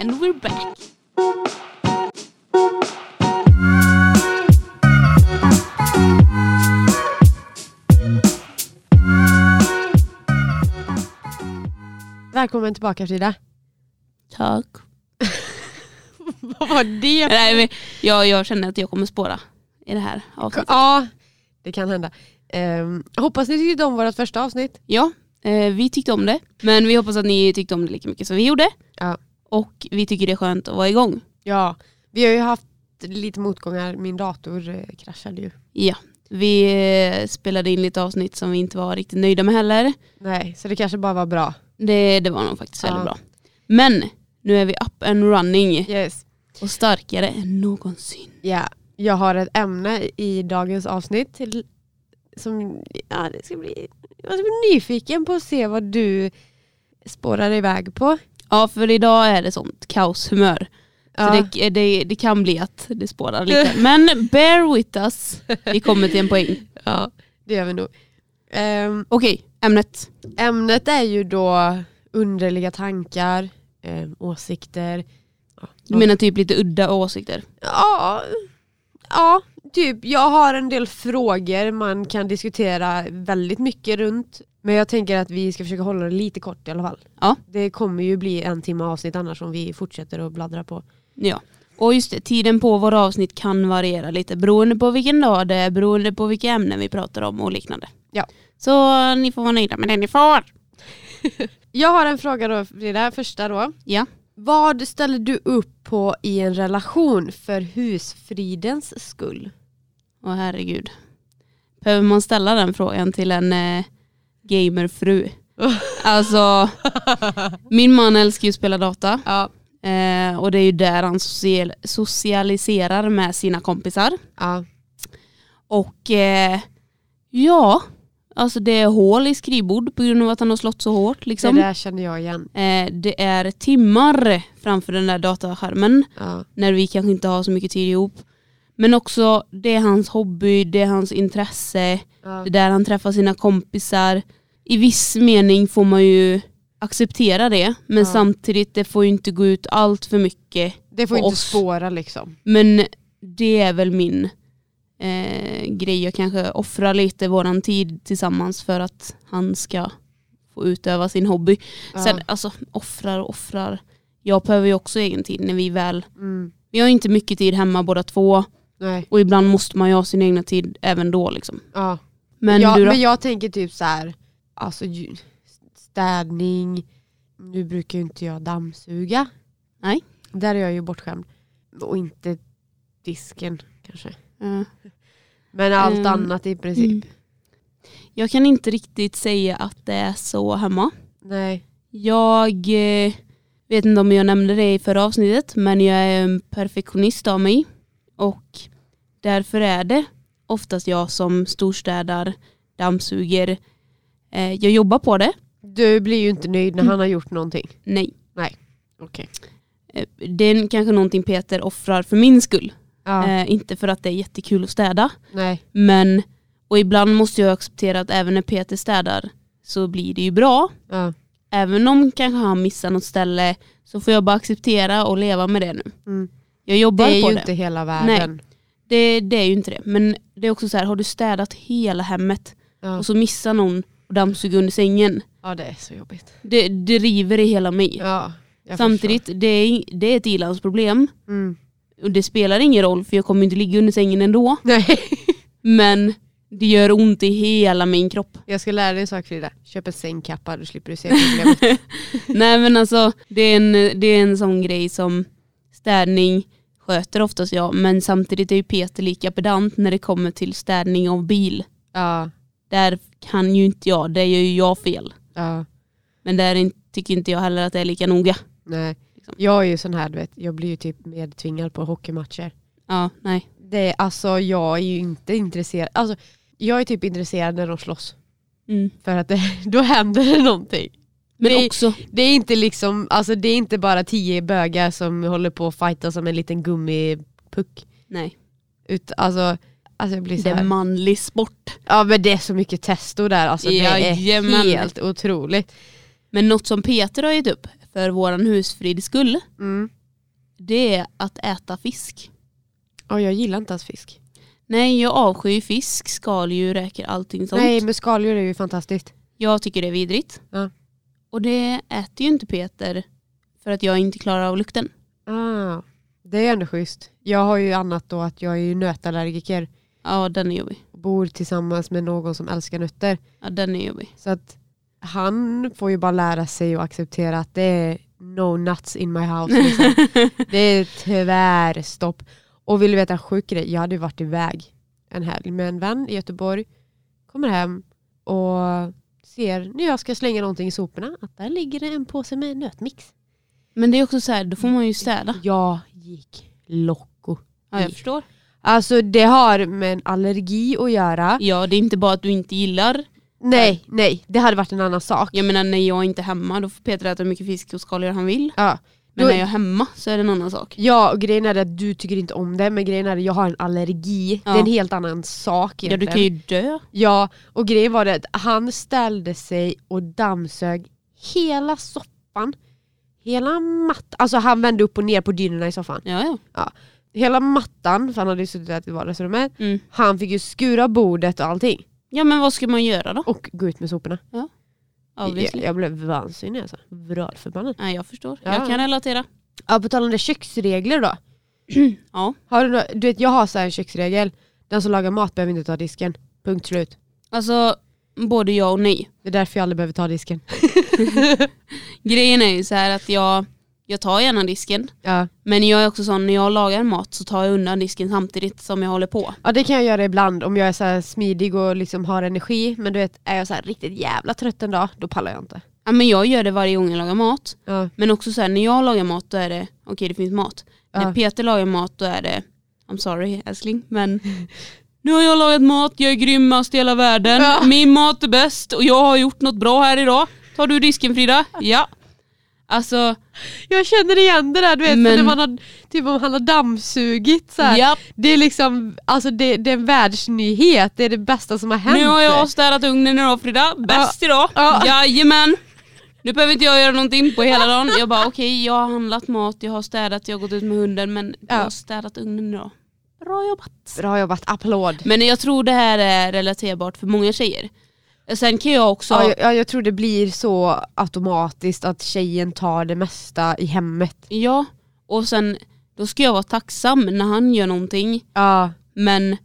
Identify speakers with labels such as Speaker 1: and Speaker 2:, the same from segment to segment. Speaker 1: And we're back.
Speaker 2: Välkommen tillbaka Frida.
Speaker 1: Tack.
Speaker 2: Vad var det?
Speaker 1: Nej, men jag, jag känner att jag kommer spåra i det här avsnittet.
Speaker 2: Ja, det kan hända. Ehm, hoppas ni tyckte om vårt första avsnitt.
Speaker 1: Ja, eh, vi tyckte om det. Men vi hoppas att ni tyckte om det lika mycket som vi gjorde.
Speaker 2: Ja.
Speaker 1: Och vi tycker det är skönt att vara igång.
Speaker 2: Ja, vi har ju haft lite motgångar. Min dator eh, kraschade ju.
Speaker 1: Ja. Vi eh, spelade in lite avsnitt som vi inte var riktigt nöjda med heller.
Speaker 2: Nej, så det kanske bara var bra.
Speaker 1: Det, det var nog faktiskt väldigt
Speaker 2: Ja.
Speaker 1: bra. Men nu är vi up and running
Speaker 2: Yes.
Speaker 1: och starkare än någonsin.
Speaker 2: Ja, jag har ett ämne i dagens avsnitt till, som ja, det ska bli, jag ska bli nyfiken på att se vad du spårar iväg på.
Speaker 1: Ja, för idag är det sånt kaoshumör.
Speaker 2: Ja.
Speaker 1: Så det, det, det kan bli att det spårar lite. Men bear with us. Vi kommer till en poäng.
Speaker 2: Ja, det gör vi nog. Ehm,
Speaker 1: Okej, ämnet.
Speaker 2: ämnet är ju då underliga tankar, ehm, åsikter. Ja,
Speaker 1: Du menar typ lite udda åsikter?
Speaker 2: Ja, ja, typ jag har en del frågor man kan diskutera väldigt mycket runt. Men jag tänker att vi ska försöka hålla det lite kort i alla fall.
Speaker 1: Ja.
Speaker 2: Det kommer ju bli en timme avsnitt annars om vi fortsätter att bladdra på.
Speaker 1: Ja. Och just det, tiden på våra avsnitt kan variera lite beroende på vilken dag det är, beroende på vilka ämnen vi pratar om och liknande.
Speaker 2: Ja.
Speaker 1: Så ni får vara nöjda med det ni får.
Speaker 2: Jag har en fråga då Frida, första då.
Speaker 1: Ja.
Speaker 2: Vad ställer du upp på i en relation för husfridens skull?
Speaker 1: Åh herregud. Behöver man ställa den frågan till en eh, gamerfru? alltså, min man älskar ju att spela data.
Speaker 2: Ja.
Speaker 1: Eh, och det är ju där han social- socialiserar med sina kompisar.
Speaker 2: Ja.
Speaker 1: Och eh, ja, alltså det är hål i skrivbord på grund av att han har slått så hårt. Liksom.
Speaker 2: Det
Speaker 1: Det,
Speaker 2: där känner jag igen.
Speaker 1: eh, det är timmar framför den där dataskärmen
Speaker 2: Ja.
Speaker 1: när vi kanske inte har så mycket tid ihop. Men också det är hans hobby, det är hans intresse,
Speaker 2: Ja.
Speaker 1: det är där han träffar sina kompisar. I viss mening får man ju acceptera det men
Speaker 2: Ja.
Speaker 1: samtidigt det får ju inte gå ut allt för mycket.
Speaker 2: Det får
Speaker 1: Och
Speaker 2: inte
Speaker 1: oss.
Speaker 2: spåra liksom.
Speaker 1: Men det är väl min eh, grej. Jag kanske offrar lite våran tid tillsammans för att han ska få utöva sin hobby.
Speaker 2: Ja.
Speaker 1: Sen alltså offrar och offrar. Jag behöver ju också egen tid när vi väl,
Speaker 2: Mm.
Speaker 1: vi har ju inte mycket tid hemma båda två
Speaker 2: Nej.
Speaker 1: och ibland måste man ju ha sin egna tid även då liksom.
Speaker 2: Ja.
Speaker 1: Men
Speaker 2: ja,
Speaker 1: du då?
Speaker 2: men jag tänker typ så här, alltså ju- städning, nu brukar ju inte jag dammsuga.
Speaker 1: Nej.
Speaker 2: Där är jag ju bortskämd. Och inte disken kanske.
Speaker 1: Eh,
Speaker 2: Men allt
Speaker 1: Mm.
Speaker 2: annat i princip.
Speaker 1: Mm. Jag kan inte riktigt säga att det är så hemma.
Speaker 2: Nej.
Speaker 1: Jag eh, vet inte om jag nämnde det i förra avsnittet men jag är en perfektionist av mig och därför är det oftast jag som storstädar, dammsuger. Eh, jag jobbar på det,
Speaker 2: Du blir ju inte nöjd när han har gjort någonting.
Speaker 1: nej.
Speaker 2: Okej.
Speaker 1: Eh, Det är kanske någonting Peter offrar för min skull.
Speaker 2: Ja,
Speaker 1: Eh, inte för att det är jättekul att städa
Speaker 2: nej.
Speaker 1: men och ibland måste jag acceptera att även när Peter städar så blir det ju bra.
Speaker 2: Ja.
Speaker 1: Även om kanske han missar något ställe så får jag bara acceptera och leva med det nu.
Speaker 2: Mm.
Speaker 1: Jag
Speaker 2: Det
Speaker 1: jobbar
Speaker 2: är
Speaker 1: på
Speaker 2: ju
Speaker 1: det.
Speaker 2: inte hela världen.
Speaker 1: det. Det är ju inte det. Men det är också så här, har du städat hela hemmet
Speaker 2: Ja.
Speaker 1: och så missar någon och dammsuger under sängen.
Speaker 2: ja, det är så jobbigt.
Speaker 1: Det, det river i hela mig.
Speaker 2: Ja, jag
Speaker 1: Samtidigt, det är, det är ett ilandsproblem.
Speaker 2: förstår. Mm.
Speaker 1: Och det spelar ingen roll för jag kommer inte ligga under sängen ändå.
Speaker 2: Nej.
Speaker 1: Men det gör ont i hela min kropp.
Speaker 2: Jag ska lära dig en sak Frida. Köp en sängkappa, då slipper du se problemet.
Speaker 1: Nej men alltså, det är, en, det är en sån grej som städning sköter oftast jag. Men samtidigt är ju Peter lika pedant när det kommer till städning av bil.
Speaker 2: ja,
Speaker 1: Där kan ju inte jag, där gör ju jag fel.
Speaker 2: ja.
Speaker 1: Men där är inte- tycker inte jag heller att det är lika noga.
Speaker 2: Nej.
Speaker 1: Liksom.
Speaker 2: Jag är ju sån här, du vet, jag blir ju typ medtvingad på hockeymatcher.
Speaker 1: Ja, nej.
Speaker 2: Det är, alltså, jag är ju inte intresserad. Alltså, jag är typ intresserad när de slåss.
Speaker 1: Mm.
Speaker 2: För att det, då händer det någonting.
Speaker 1: Men
Speaker 2: Det-
Speaker 1: också,
Speaker 2: Det är inte, liksom, alltså, det är inte bara tio bögar som håller på att fighta som en liten gummipuck.
Speaker 1: nej.
Speaker 2: Ut, alltså, alltså jag blir så
Speaker 1: Det är
Speaker 2: här.
Speaker 1: manlig sport.
Speaker 2: Ja men det är så mycket testo där. Alltså, det är
Speaker 1: Jajamän.
Speaker 2: helt otroligt.
Speaker 1: Men något som Peter har gett upp för våran husfrids skull,
Speaker 2: Mm.
Speaker 1: det är att äta fisk.
Speaker 2: Och jag gillar inte ens fisk.
Speaker 1: Nej jag avskyr fisk, skaldjur, räkor, allting sånt.
Speaker 2: Nej men skaldjur är ju fantastiskt.
Speaker 1: Jag tycker det är vidrigt.
Speaker 2: Ja.
Speaker 1: Och det äter ju inte Peter för att jag inte klarar av lukten.
Speaker 2: Ah, det är ändå schysst. Jag har ju annat då att jag är ju nötallergiker.
Speaker 1: Ja den är jobbig.
Speaker 2: Bor tillsammans med någon som älskar nötter.
Speaker 1: Ja den är jobbig.
Speaker 2: Så att han får ju bara lära sig och acceptera att det är no nuts in my house. Liksom. det är tvärstopp. Och vill du veta en sjuk grej? Jag hade ju varit iväg en helg med en vän i Göteborg. Kommer hem och ser när jag ska slänga någonting i soporna att där ligger det en påse med nötmix.
Speaker 1: Men det är också så här, då får man ju städa.
Speaker 2: Jag gick loco.
Speaker 1: Ja
Speaker 2: Mm.
Speaker 1: jag förstår.
Speaker 2: Alltså det har med en allergi att göra.
Speaker 1: Ja det är inte bara att du inte gillar.
Speaker 2: Nej, nej, det hade varit en annan sak.
Speaker 1: Jag menar när jag inte är hemma då får Peter äta hur mycket fisk och skaldjur han vill.
Speaker 2: Ja.
Speaker 1: Men
Speaker 2: Då-
Speaker 1: när jag är hemma så är det en annan sak.
Speaker 2: Ja, och grejen är att du tycker inte om det, men grejen är att jag har en allergi.
Speaker 1: Ja.
Speaker 2: Det är en helt annan sak
Speaker 1: Ja du
Speaker 2: egentligen.
Speaker 1: kan ju dö.
Speaker 2: ja, och grejen var det att han ställde sig och dammsög hela soffan. Hela mattan, alltså han vände upp och ner på dynorna i soffan.
Speaker 1: Ja ja.
Speaker 2: Hela mattan, för han hade ju suttit där i vardagsrummet.
Speaker 1: Mm.
Speaker 2: Han fick ju skura bordet och allting.
Speaker 1: Ja men vad ska man göra då?
Speaker 2: Och gå ut med soporna. Jag,
Speaker 1: Obviously.
Speaker 2: jag blev vansinnig alltså. Vrålförbannad.
Speaker 1: Nej jag förstår.
Speaker 2: Ja.
Speaker 1: Jag kan relatera.
Speaker 2: Ja, på tal om det, köksregler då.
Speaker 1: Ja.
Speaker 2: Har du, nå- du vet, jag har så här en köksregel. Den som lagar mat behöver inte ta disken. Punkt slut.
Speaker 1: Alltså både ja och nej.
Speaker 2: Det är därför jag aldrig behöver ta disken.
Speaker 1: Grejen är ju så här att jag, jag tar gärna disken.
Speaker 2: Ja.
Speaker 1: Men jag är också sån, när jag lagar mat så tar jag undan disken samtidigt som jag håller på.
Speaker 2: ja, det kan jag göra ibland om jag är så här smidig och liksom har energi. Men du vet, är jag så här riktigt jävla trött en dag, då pallar jag inte.
Speaker 1: Ja, men jag gör det varje gång jag lagar mat.
Speaker 2: Ja.
Speaker 1: Men också så här, när jag lagar mat då är det, okej det finns mat. När
Speaker 2: Ja.
Speaker 1: Peter lagar mat då är det, I'm sorry älskling, men nu har jag lagat mat, jag är grymmast i hela världen,
Speaker 2: Ja.
Speaker 1: min mat är bäst och jag har gjort något bra här idag. Tar du disken Frida? Ja. Alltså,
Speaker 2: Jag känner igen det där, du vet,
Speaker 1: Men-
Speaker 2: men... när man har, typ om han har dammsugit. Så här.
Speaker 1: ja.
Speaker 2: Det är liksom, alltså det, det är en världsnyhet, det är det bästa som har hänt.
Speaker 1: Nu har jag städat ugnen idag Frida, bäst idag.
Speaker 2: Ja.
Speaker 1: Jajamän. Nu behöver inte jag göra någonting på hela dagen. Jag bara okej, jag har handlat mat, jag har städat, jag har gått ut med hunden men jag har
Speaker 2: Ja.
Speaker 1: städat ugnen idag. Bra jobbat.
Speaker 2: Bra jobbat, applåd.
Speaker 1: Men jag tror det här är relaterbart för många tjejer. Sen kan jag också,
Speaker 2: Ja,
Speaker 1: ja,
Speaker 2: jag, ja, jag tror det blir så automatiskt att tjejen tar det mesta i hemmet.
Speaker 1: och sen då ska jag vara tacksam när han gör någonting
Speaker 2: Ja,
Speaker 1: men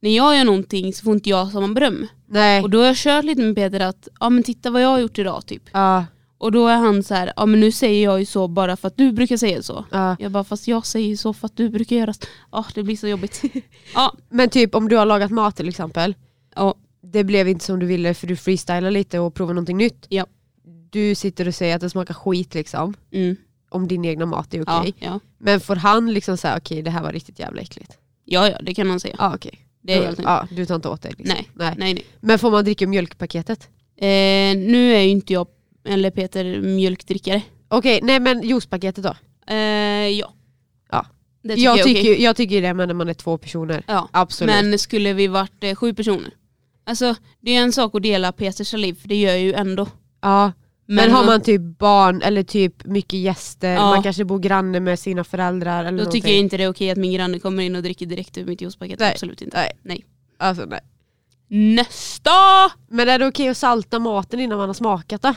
Speaker 1: när jag gör någonting så får inte jag samma beröm.
Speaker 2: nej.
Speaker 1: Och då har jag kört lite med Peter att, ja men titta vad jag har gjort idag typ.
Speaker 2: Ja,
Speaker 1: Och då är han så här, ja men nu säger jag ju så bara för att du brukar säga så.
Speaker 2: ja.
Speaker 1: Jag bara, fast jag säger ju så för att du brukar göra så. Ja, det blir så jobbigt. Ja,
Speaker 2: Men typ om du har lagat mat till exempel,
Speaker 1: ja,
Speaker 2: det blev inte som du ville för du freestylar lite och provar någonting nytt.
Speaker 1: Ja.
Speaker 2: Du sitter och säger att det smakar skit liksom,
Speaker 1: mm,
Speaker 2: om din egna mat är okej.
Speaker 1: ja, ja.
Speaker 2: Men får han liksom säga okej det här var riktigt jävla äckligt.
Speaker 1: ja, ja, det kan han säga.
Speaker 2: Ja okej.
Speaker 1: Det är
Speaker 2: Då-
Speaker 1: helt
Speaker 2: ja, Du tar inte åt dig? Liksom.
Speaker 1: Nej, nej, nej.
Speaker 2: Men får man dricka mjölkpaketet?
Speaker 1: Eh, nu är ju inte jag, eller Peter, mjölkdrickare.
Speaker 2: Okej, nej men juicepaketet då?
Speaker 1: Eh, ja.
Speaker 2: Ja.
Speaker 1: Det tycker
Speaker 2: Jag
Speaker 1: är okej.
Speaker 2: tycker, jag tycker det men när man är två personer.
Speaker 1: Ja.
Speaker 2: Absolut.
Speaker 1: Men skulle vi varit eh, sju personer? Alltså, det är en sak att dela Peters saliv, för det gör jag ju ändå.
Speaker 2: ja. men, har
Speaker 1: han-
Speaker 2: man typ barn eller typ mycket gäster,
Speaker 1: Ja.
Speaker 2: man kanske bor granne med sina föräldrar eller
Speaker 1: Då
Speaker 2: någonting.
Speaker 1: tycker jag inte det är okej att min granne kommer in och dricker direkt ur mitt juicepaket.
Speaker 2: Mm, Nej.
Speaker 1: Absolut inte.
Speaker 2: Nej.
Speaker 1: Nej.
Speaker 2: Alltså, nej.
Speaker 1: Nästa!
Speaker 2: Men är det okej att salta maten innan man har smakat då?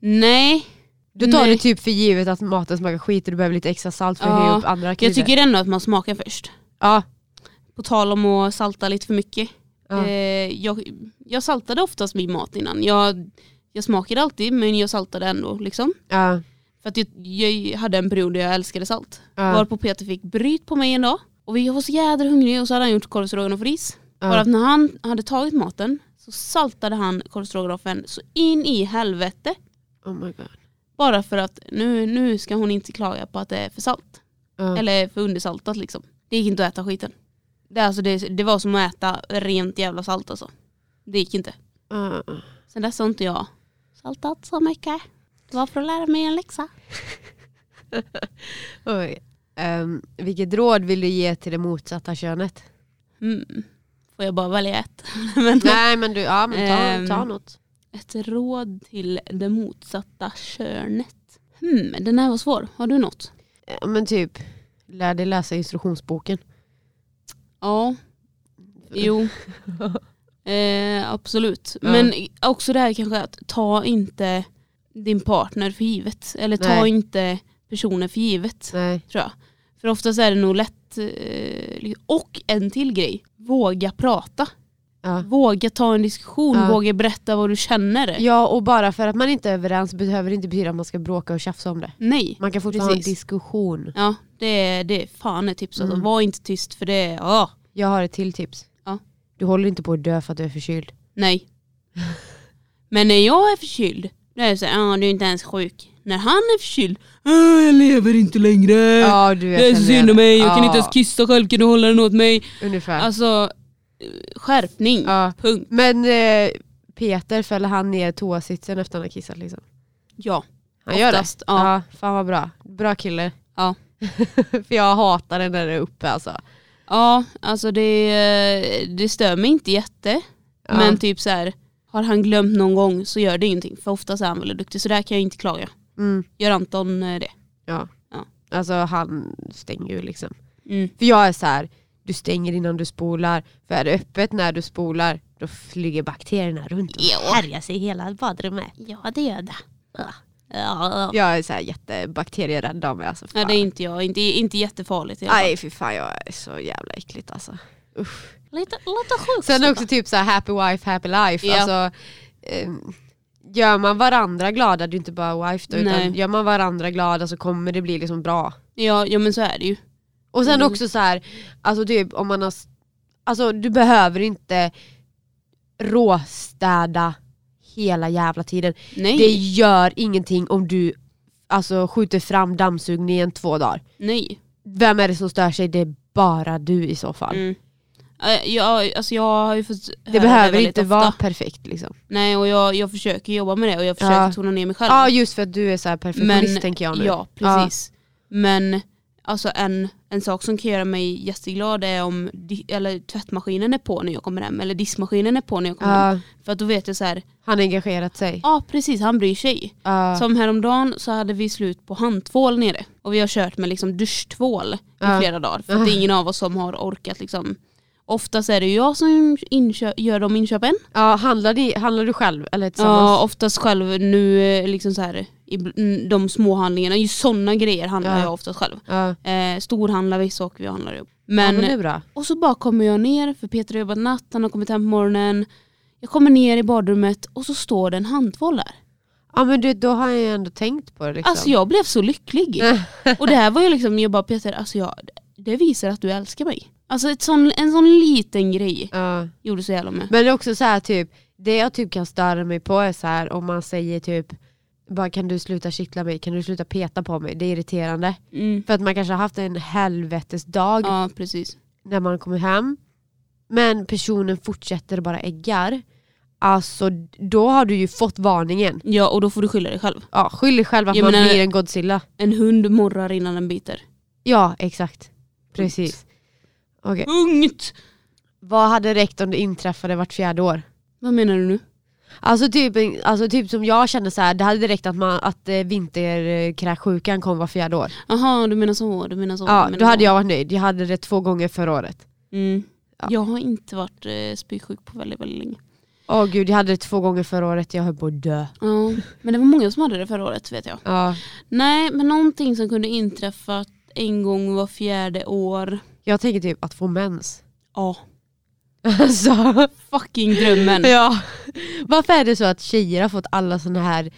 Speaker 1: Nej.
Speaker 2: Du tar
Speaker 1: Nej.
Speaker 2: det typ för givet att maten smakar skit och du behöver lite extra salt för att
Speaker 1: Ja,
Speaker 2: höja upp andra kryddor.
Speaker 1: Jag tycker ändå att man smakar först.
Speaker 2: ja,
Speaker 1: På tal om att salta lite för mycket.
Speaker 2: Ja.
Speaker 1: Eh, jag, jag saltade oftast min mat innan. Jag, jag smakade alltid men jag saltade ändå. Liksom.
Speaker 2: ja,
Speaker 1: För att jag, jag hade en period där jag älskade salt.
Speaker 2: ja,
Speaker 1: Varpå Peter fick bryt på mig en dag. Och jag var så jädra hungrig och så hade han gjort korvstroganoff och ris.
Speaker 2: ja.
Speaker 1: Bara att när han hade tagit maten så saltade han korvstroganoffen så in i helvete.
Speaker 2: Oh my god.
Speaker 1: Bara för att nu, nu ska hon inte klaga på att det är för salt.
Speaker 2: Ja.
Speaker 1: Eller för undersaltat liksom. Det gick inte att äta skiten. Det, alltså, det, det var som att äta rent jävla salt alltså. Det gick inte.
Speaker 2: Ja, ja.
Speaker 1: Sen dess har inte jag saltat så mycket. Det var för att lära mig en läxa.
Speaker 2: Oj. Ehm, vilket råd vill du ge till det motsatta könet?
Speaker 1: Mm. Får jag bara välja ett? Men,
Speaker 2: nej men du, ja men ta,
Speaker 1: Ehm.
Speaker 2: ta något.
Speaker 1: Ett råd till det motsatta könet. Hmm, den här var svår. Har du något?
Speaker 2: Ja, men typ, lär dig läsa instruktionsboken.
Speaker 1: Ja, jo. Eh, absolut. Men också det här kanske att ta inte din partner för givet. Eller ta
Speaker 2: Nej.
Speaker 1: inte personer för givet.
Speaker 2: Nej.
Speaker 1: Tror jag. För oftast är det nog lätt. Eh, liksom- och en till grej. Våga prata.
Speaker 2: Ja.
Speaker 1: Våga ta en diskussion.
Speaker 2: Ja.
Speaker 1: Våga berätta vad du känner.
Speaker 2: ja, och bara för att man inte är överens behöver det inte betyda att man ska bråka och tjafsa om det.
Speaker 1: Nej.
Speaker 2: Man kan fortfarande ha en
Speaker 1: Precis.
Speaker 2: diskussion.
Speaker 1: Ja, det är, det är fan ett tips. Alltså.
Speaker 2: Mm.
Speaker 1: Var inte tyst för det är... ah,
Speaker 2: Jag har ett till tips.
Speaker 1: Ja.
Speaker 2: Du håller inte på att dö för att du är förkyld.
Speaker 1: nej. Men när jag är förkyld, då är det såhär, ah, du är inte ens sjuk. När han är förkyld, ah, jag lever inte längre.
Speaker 2: Ja, du vet
Speaker 1: Det är så
Speaker 2: själv
Speaker 1: synd om
Speaker 2: igen.
Speaker 1: mig, jag kan
Speaker 2: Ja,
Speaker 1: inte ens kissa själv, kan du hålla den åt mig?
Speaker 2: Ungefär.
Speaker 1: Alltså, eh, skärpning.
Speaker 2: ja.
Speaker 1: Punkt.
Speaker 2: Men eh, Peter fäller han ner toasitsen efter han har kissat liksom.
Speaker 1: Ja.
Speaker 2: Han gör det?
Speaker 1: Oftast, ja.
Speaker 2: Ja. Fan vad bra. Bra kille.
Speaker 1: Ja.
Speaker 2: för jag hatar den där uppe alltså.
Speaker 1: Ja, alltså det, eh, det stör mig inte jätte.
Speaker 2: Ja.
Speaker 1: Men typ så här, har han glömt någon gång så gör det ingenting. För oftast är han väldigt duktig, så där kan jag inte klaga.
Speaker 2: Mm.
Speaker 1: Gör Anton eh, det?
Speaker 2: Ja.
Speaker 1: Ja.
Speaker 2: Alltså han stänger ju liksom.
Speaker 1: Mm.
Speaker 2: För jag är så här, du stänger innan du spolar. För är det öppet när du spolar då flyger bakterierna runt och
Speaker 1: Ja.
Speaker 2: härjar sig i hela badrummet.
Speaker 1: Ja det gör det. Ja.
Speaker 2: Jag är så här jättebakterierädd av mig. Alltså,
Speaker 1: Ja,
Speaker 2: fan.
Speaker 1: det är inte jag, inte, inte jättefarligt i alla fall.
Speaker 2: Nej fy fan jag är så jävla äckligt alltså. Usch.
Speaker 1: Lite, lite sjukt.
Speaker 2: Sen också typ så här happy wife, happy life.
Speaker 1: Ja.
Speaker 2: Alltså, ehm, gör man varandra glada, det är inte bara wife då, utan
Speaker 1: Nej.
Speaker 2: gör man varandra glada så kommer det bli liksom bra.
Speaker 1: ja, ja men så är det ju.
Speaker 2: Och sen
Speaker 1: Mm.
Speaker 2: också så här, alltså typ om man har, s- alltså du behöver inte råstäda hela jävla tiden.
Speaker 1: Nej,
Speaker 2: Det gör ingenting om du alltså, skjuter fram dammsugningen två dagar.
Speaker 1: nej.
Speaker 2: Vem är det som stör sig? Det är bara du i så fall.
Speaker 1: Mm. Eh, Jag, alltså jag har ju fått höra
Speaker 2: Det behöver
Speaker 1: väldigt
Speaker 2: inte
Speaker 1: ofta.
Speaker 2: vara perfekt liksom.
Speaker 1: Nej och jag, jag försöker jobba med det och jag försöker
Speaker 2: Ja.
Speaker 1: tona ner mig själv.
Speaker 2: Ja just för att du är så här perfektionist tänker jag nu.
Speaker 1: Ja precis. Men alltså en, en sak som kan göra mig jätteglad är om di- eller tvättmaskinen är på när jag kommer hem eller diskmaskinen är på när jag kommer hem.
Speaker 2: Ja,
Speaker 1: För att då vet jag så här,
Speaker 2: han har engagerat sig.
Speaker 1: ja precis han bryr sig.
Speaker 2: Ja.
Speaker 1: Som häromdagen så hade vi slut på handtvål nere och vi har kört med liksom duschtvål i
Speaker 2: Ja.
Speaker 1: flera dagar för att det är ingen av oss som har orkat liksom. Oftast är det ju jag som inkö- gör de inköpen.
Speaker 2: Ja, handlar, ni, handlar du själv eller tillsammans?
Speaker 1: Ja, oftast själv nu eh, liksom så här, ibl- mm, de små handlingarna, just sådana grejer handlar
Speaker 2: Ja.
Speaker 1: jag oftast själv.
Speaker 2: Ja.
Speaker 1: Eh, storhandlar vissa saker vi handlar upp.
Speaker 2: Ja,
Speaker 1: Men,
Speaker 2: men det är bra.
Speaker 1: och så bara kommer jag ner, för Peter har jobbat natt, han har kommit hem på morgonen. Jag kommer ner i badrummet och så står det en handtvål där.
Speaker 2: Ja men du, då har jag ju ändå tänkt på det liksom.
Speaker 1: Alltså jag blev så lycklig. och det här var ju liksom, jag bara Peter, alltså jag, det visar att du älskar mig. Alltså ett sån, en sån liten grej
Speaker 2: Ja.
Speaker 1: gjorde så jävla med.
Speaker 2: Men det är också så här typ, det jag typ kan störa mig på är så här om man säger typ bara kan du sluta kittla mig, kan du sluta peta på mig, det är irriterande.
Speaker 1: Mm.
Speaker 2: För att man kanske har haft en helvetes dag
Speaker 1: Ja precis.
Speaker 2: när man kommer hem. Men personen fortsätter bara äggar. Alltså då har du ju fått varningen.
Speaker 1: Ja och då får du skylla dig själv.
Speaker 2: Ja, skyll dig själv att
Speaker 1: Jag
Speaker 2: man
Speaker 1: menar-
Speaker 2: blir en Godzilla.
Speaker 1: En hund morrar innan den biter.
Speaker 2: Ja exakt. Precis. Okej.
Speaker 1: Punkt!
Speaker 2: Vad hade räckt om det inträffade vart fjärde år?
Speaker 1: Vad menar du nu?
Speaker 2: Alltså typ, alltså typ som jag känner så här, det hade räckt att, man, att eh, vinterkräksjukan kom var fjärde år.
Speaker 1: Jaha, du menar så, du menar så. du
Speaker 2: Ja,
Speaker 1: menar
Speaker 2: då
Speaker 1: så.
Speaker 2: hade jag varit nöjd. Jag hade det två gånger förra året.
Speaker 1: Mm.
Speaker 2: Ja.
Speaker 1: Jag har inte varit eh, spysjuk på väldigt, väldigt länge.
Speaker 2: Åh gud, jag hade det två gånger förra året. Jag höll på att dö.
Speaker 1: Ja, men det var många som hade det förra året vet jag.
Speaker 2: Ja.
Speaker 1: Nej, men någonting som kunde inträffa en gång var fjärde år.
Speaker 2: Jag tänker typ att få mens.
Speaker 1: Ja,
Speaker 2: Alltså,
Speaker 1: fucking drömmen.
Speaker 2: ja. Varför är det så att tjejer har fått alla såna här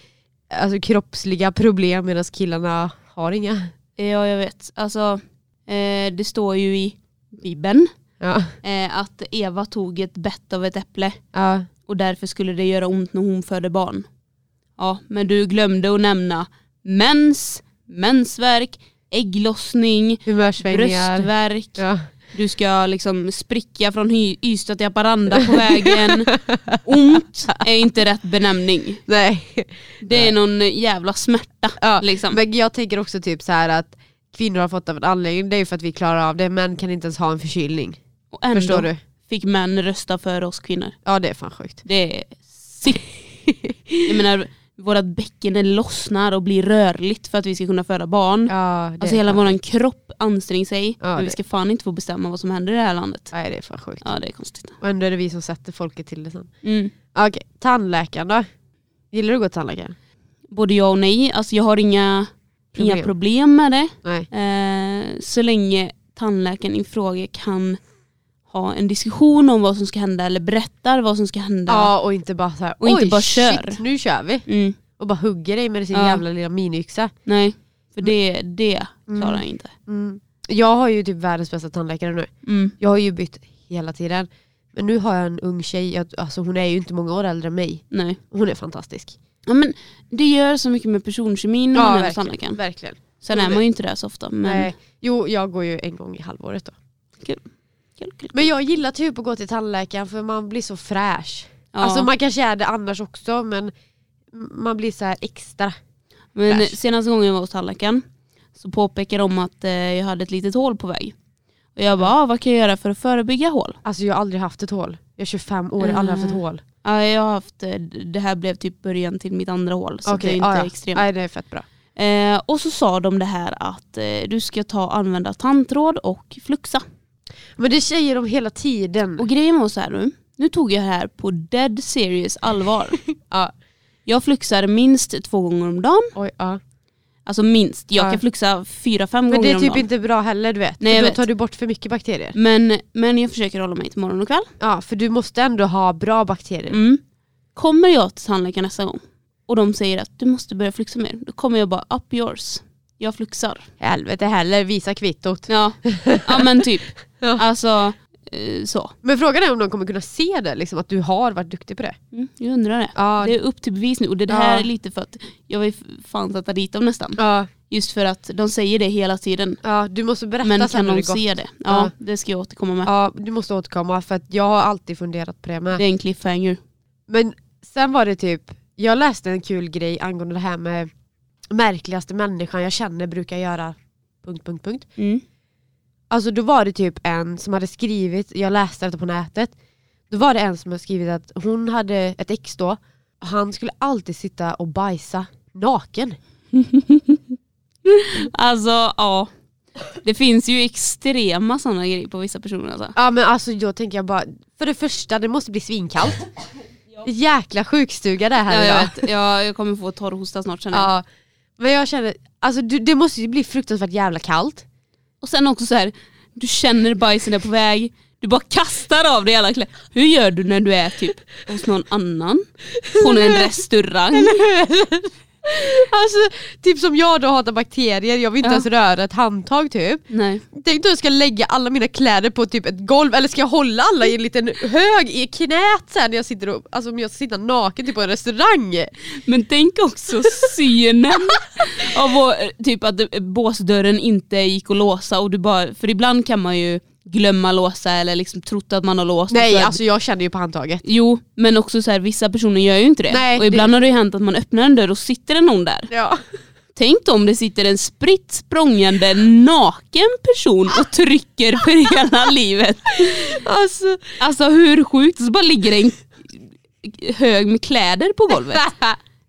Speaker 2: alltså, kroppsliga problem medan killarna har inga?
Speaker 1: Eh, Ja, jag vet. Alltså, eh, det står ju i Bibeln
Speaker 2: Ja.
Speaker 1: eh, att Eva tog ett bett av ett äpple
Speaker 2: Ja.
Speaker 1: och därför skulle det göra ont när hon födde barn. Ja, men du glömde att nämna mens, mensvärk, ägglossning,
Speaker 2: Humörsvängningar.
Speaker 1: bröstvärk.
Speaker 2: Ja.
Speaker 1: Du ska liksom spricka från Hy- Ystad till Haparanda på vägen. Ont är inte rätt benämning.
Speaker 2: Nej.
Speaker 1: Det är någon jävla smärta.
Speaker 2: Ja,
Speaker 1: liksom.
Speaker 2: Men jag tänker också typ så här att kvinnor har fått av en anledning, det är ju för att vi klarar av det, män kan inte ens ha en förkylning.
Speaker 1: Och ändå
Speaker 2: Förstår du?
Speaker 1: fick män rösta för oss kvinnor.
Speaker 2: Ja det är fan sjukt.
Speaker 1: Det är sick. Jag menar, vårt bäcken det lossnar och blir rörligt för att vi ska kunna föda barn.
Speaker 2: Ja, det
Speaker 1: alltså
Speaker 2: är
Speaker 1: hela
Speaker 2: fan-
Speaker 1: vår kropp anstränger sig.
Speaker 2: Ja,
Speaker 1: men vi
Speaker 2: det-
Speaker 1: ska fan inte få bestämma vad som händer i det här landet.
Speaker 2: Nej det är fan sjukt.
Speaker 1: Ja det är konstigt.
Speaker 2: Och ändå är det vi som sätter folket till det sen.
Speaker 1: Mm.
Speaker 2: Okej, tandläkaren då? Gillar du att gå till tandläkaren?
Speaker 1: Både ja och nej. Alltså jag har inga problem, inga
Speaker 2: Problem.
Speaker 1: problem med det.
Speaker 2: Nej.
Speaker 1: Eh, så länge tandläkaren i fråga kan ha en diskussion om vad som ska hända eller berättar vad som ska hända.
Speaker 2: Ja och inte bara så här,
Speaker 1: Och inte
Speaker 2: oj
Speaker 1: bara
Speaker 2: shit
Speaker 1: kör."
Speaker 2: nu kör vi.
Speaker 1: Mm.
Speaker 2: Och bara hugger dig med sin
Speaker 1: Ja.
Speaker 2: jävla lilla miniyxa.
Speaker 1: Nej, för det, det
Speaker 2: Mm.
Speaker 1: klarar jag inte.
Speaker 2: Mm. Jag har ju typ världens bästa tandläkare nu.
Speaker 1: Mm.
Speaker 2: Jag har ju bytt hela tiden. Men nu har jag en ung tjej, jag- alltså hon är ju inte många år äldre än mig.
Speaker 1: Nej.
Speaker 2: Hon är fantastisk.
Speaker 1: Ja, men det gör så mycket med personkemin när man är hos tandläkaren.
Speaker 2: verkligen.
Speaker 1: Sen är man ju inte där så ofta. Men
Speaker 2: Nej. Jo, jag går ju en gång i halvåret då.
Speaker 1: kul, kul.
Speaker 2: Men jag gillar typ att gå till tandläkaren för man blir så fräsch.
Speaker 1: Ja.
Speaker 2: Alltså man kanske är det annars också men man blir så här extra.
Speaker 1: men
Speaker 2: Fräsch.
Speaker 1: senaste gången jag var hos tandläkaren så påpekade de att eh, jag hade ett litet hål på väg. Och jag bara, ah, vad kan jag göra för att förebygga hål?
Speaker 2: Alltså jag har aldrig haft ett hål. Jag är 25 år, jag har aldrig haft ett
Speaker 1: Mm.
Speaker 2: hål.
Speaker 1: Ja, jag har haft, eh, det här blev typ början till mitt andra hål så det är inte
Speaker 2: ah, ja.
Speaker 1: extremt.
Speaker 2: Nej det är fett bra.
Speaker 1: Eh, och så sa de det här att eh, du ska ta använda tandtråd och fluxa.
Speaker 2: Men det säger de hela tiden.
Speaker 1: Och grejen var så här nu, nu tog jag det här på dead serious allvar.
Speaker 2: Ja.
Speaker 1: Jag fluxar minst två gånger om dagen.
Speaker 2: Oj, ja.
Speaker 1: Alltså minst, jag
Speaker 2: Ja.
Speaker 1: kan fluxa fyra, fem
Speaker 2: Men
Speaker 1: gånger
Speaker 2: det är
Speaker 1: om
Speaker 2: typ
Speaker 1: dagen.
Speaker 2: inte bra heller du vet.
Speaker 1: Nej, jag
Speaker 2: för då
Speaker 1: vet.
Speaker 2: tar du bort för mycket bakterier.
Speaker 1: Men, men jag försöker hålla mig till morgon och kväll.
Speaker 2: Ja för du måste ändå ha bra bakterier.
Speaker 1: Mm. Kommer jag till tandläkaren nästa gång och de säger att du måste börja fluxa mer, då kommer jag bara up yours. Jag fluxar.
Speaker 2: Helvete heller, visa kvittot.
Speaker 1: Ja, ja men typ.
Speaker 2: Ja.
Speaker 1: Alltså eh, så.
Speaker 2: Men frågan är om de kommer kunna se det, liksom, att du har varit duktig på det.
Speaker 1: Mm, jag undrar det.
Speaker 2: Ja,
Speaker 1: Det är upp till bevis nu och det, det
Speaker 2: Ja.
Speaker 1: här är lite för att jag vill fan sätta dit dem nästan.
Speaker 2: ja,
Speaker 1: Just för att de säger det hela tiden.
Speaker 2: ja, du måste berätta
Speaker 1: Men
Speaker 2: sen
Speaker 1: kan
Speaker 2: när det
Speaker 1: de
Speaker 2: gått.
Speaker 1: se det? Ja,
Speaker 2: Ja.
Speaker 1: det ska jag återkomma med.
Speaker 2: Ja, du måste återkomma för att jag har alltid funderat på det med.
Speaker 1: Det är en cliffhanger.
Speaker 2: Men sen var det typ, jag läste en kul grej angående det här med märkligaste människan jag känner brukar göra punkt, punkt, punkt.
Speaker 1: Mm.
Speaker 2: Alltså då var det typ en som hade skrivit, jag läste detta på nätet. Då var det en som hade skrivit att hon hade ett ex då, han skulle alltid sitta och bajsa naken.
Speaker 1: Alltså ja. Det finns ju extrema sådana grejer på vissa personer alltså.
Speaker 2: Ja men alltså då tänker jag bara, för det första det måste bli svinkallt. Jäkla sjukstuga det är här
Speaker 1: Ja, jag,
Speaker 2: idag.
Speaker 1: vet, jag, jag kommer få torrhosta snart känner jag.
Speaker 2: Ja, men jag känner, alltså du, det måste ju bli fruktansvärt jävla kallt.
Speaker 1: Och sen också så här, du känner bajsen är på väg, du bara kastar av dig alla kläder. Hur gör du när du är typ hos någon annan? På en restaurang?
Speaker 2: Alltså typ som jag då hatar bakterier, jag vill inte
Speaker 1: Ja.
Speaker 2: ens röra ett handtag typ.
Speaker 1: Nej.
Speaker 2: Tänk då jag ska lägga alla mina kläder på typ ett golv, eller ska jag hålla alla i en liten hög i knät sen när jag sitter och, alltså om jag ska sitta naken typ på en restaurang.
Speaker 1: Men tänk också synen av vår, typ att eh, båsdörren inte gick att låsa och du bara, för ibland kan man ju glömma låsa eller liksom trott att man har låst. och så
Speaker 2: Nej
Speaker 1: är-
Speaker 2: alltså jag känner ju på handtaget.
Speaker 1: Jo, men också så här, vissa personer gör ju inte det.
Speaker 2: Nej,
Speaker 1: och ibland har det ju hänt att man öppnar en dörr och sitter det någon där.
Speaker 2: Ja.
Speaker 1: Tänk då om det sitter en spritt språngande naken person och trycker för hela livet.
Speaker 2: Alltså,
Speaker 1: Alltså hur sjukt? Så bara ligger det en hög med kläder på golvet.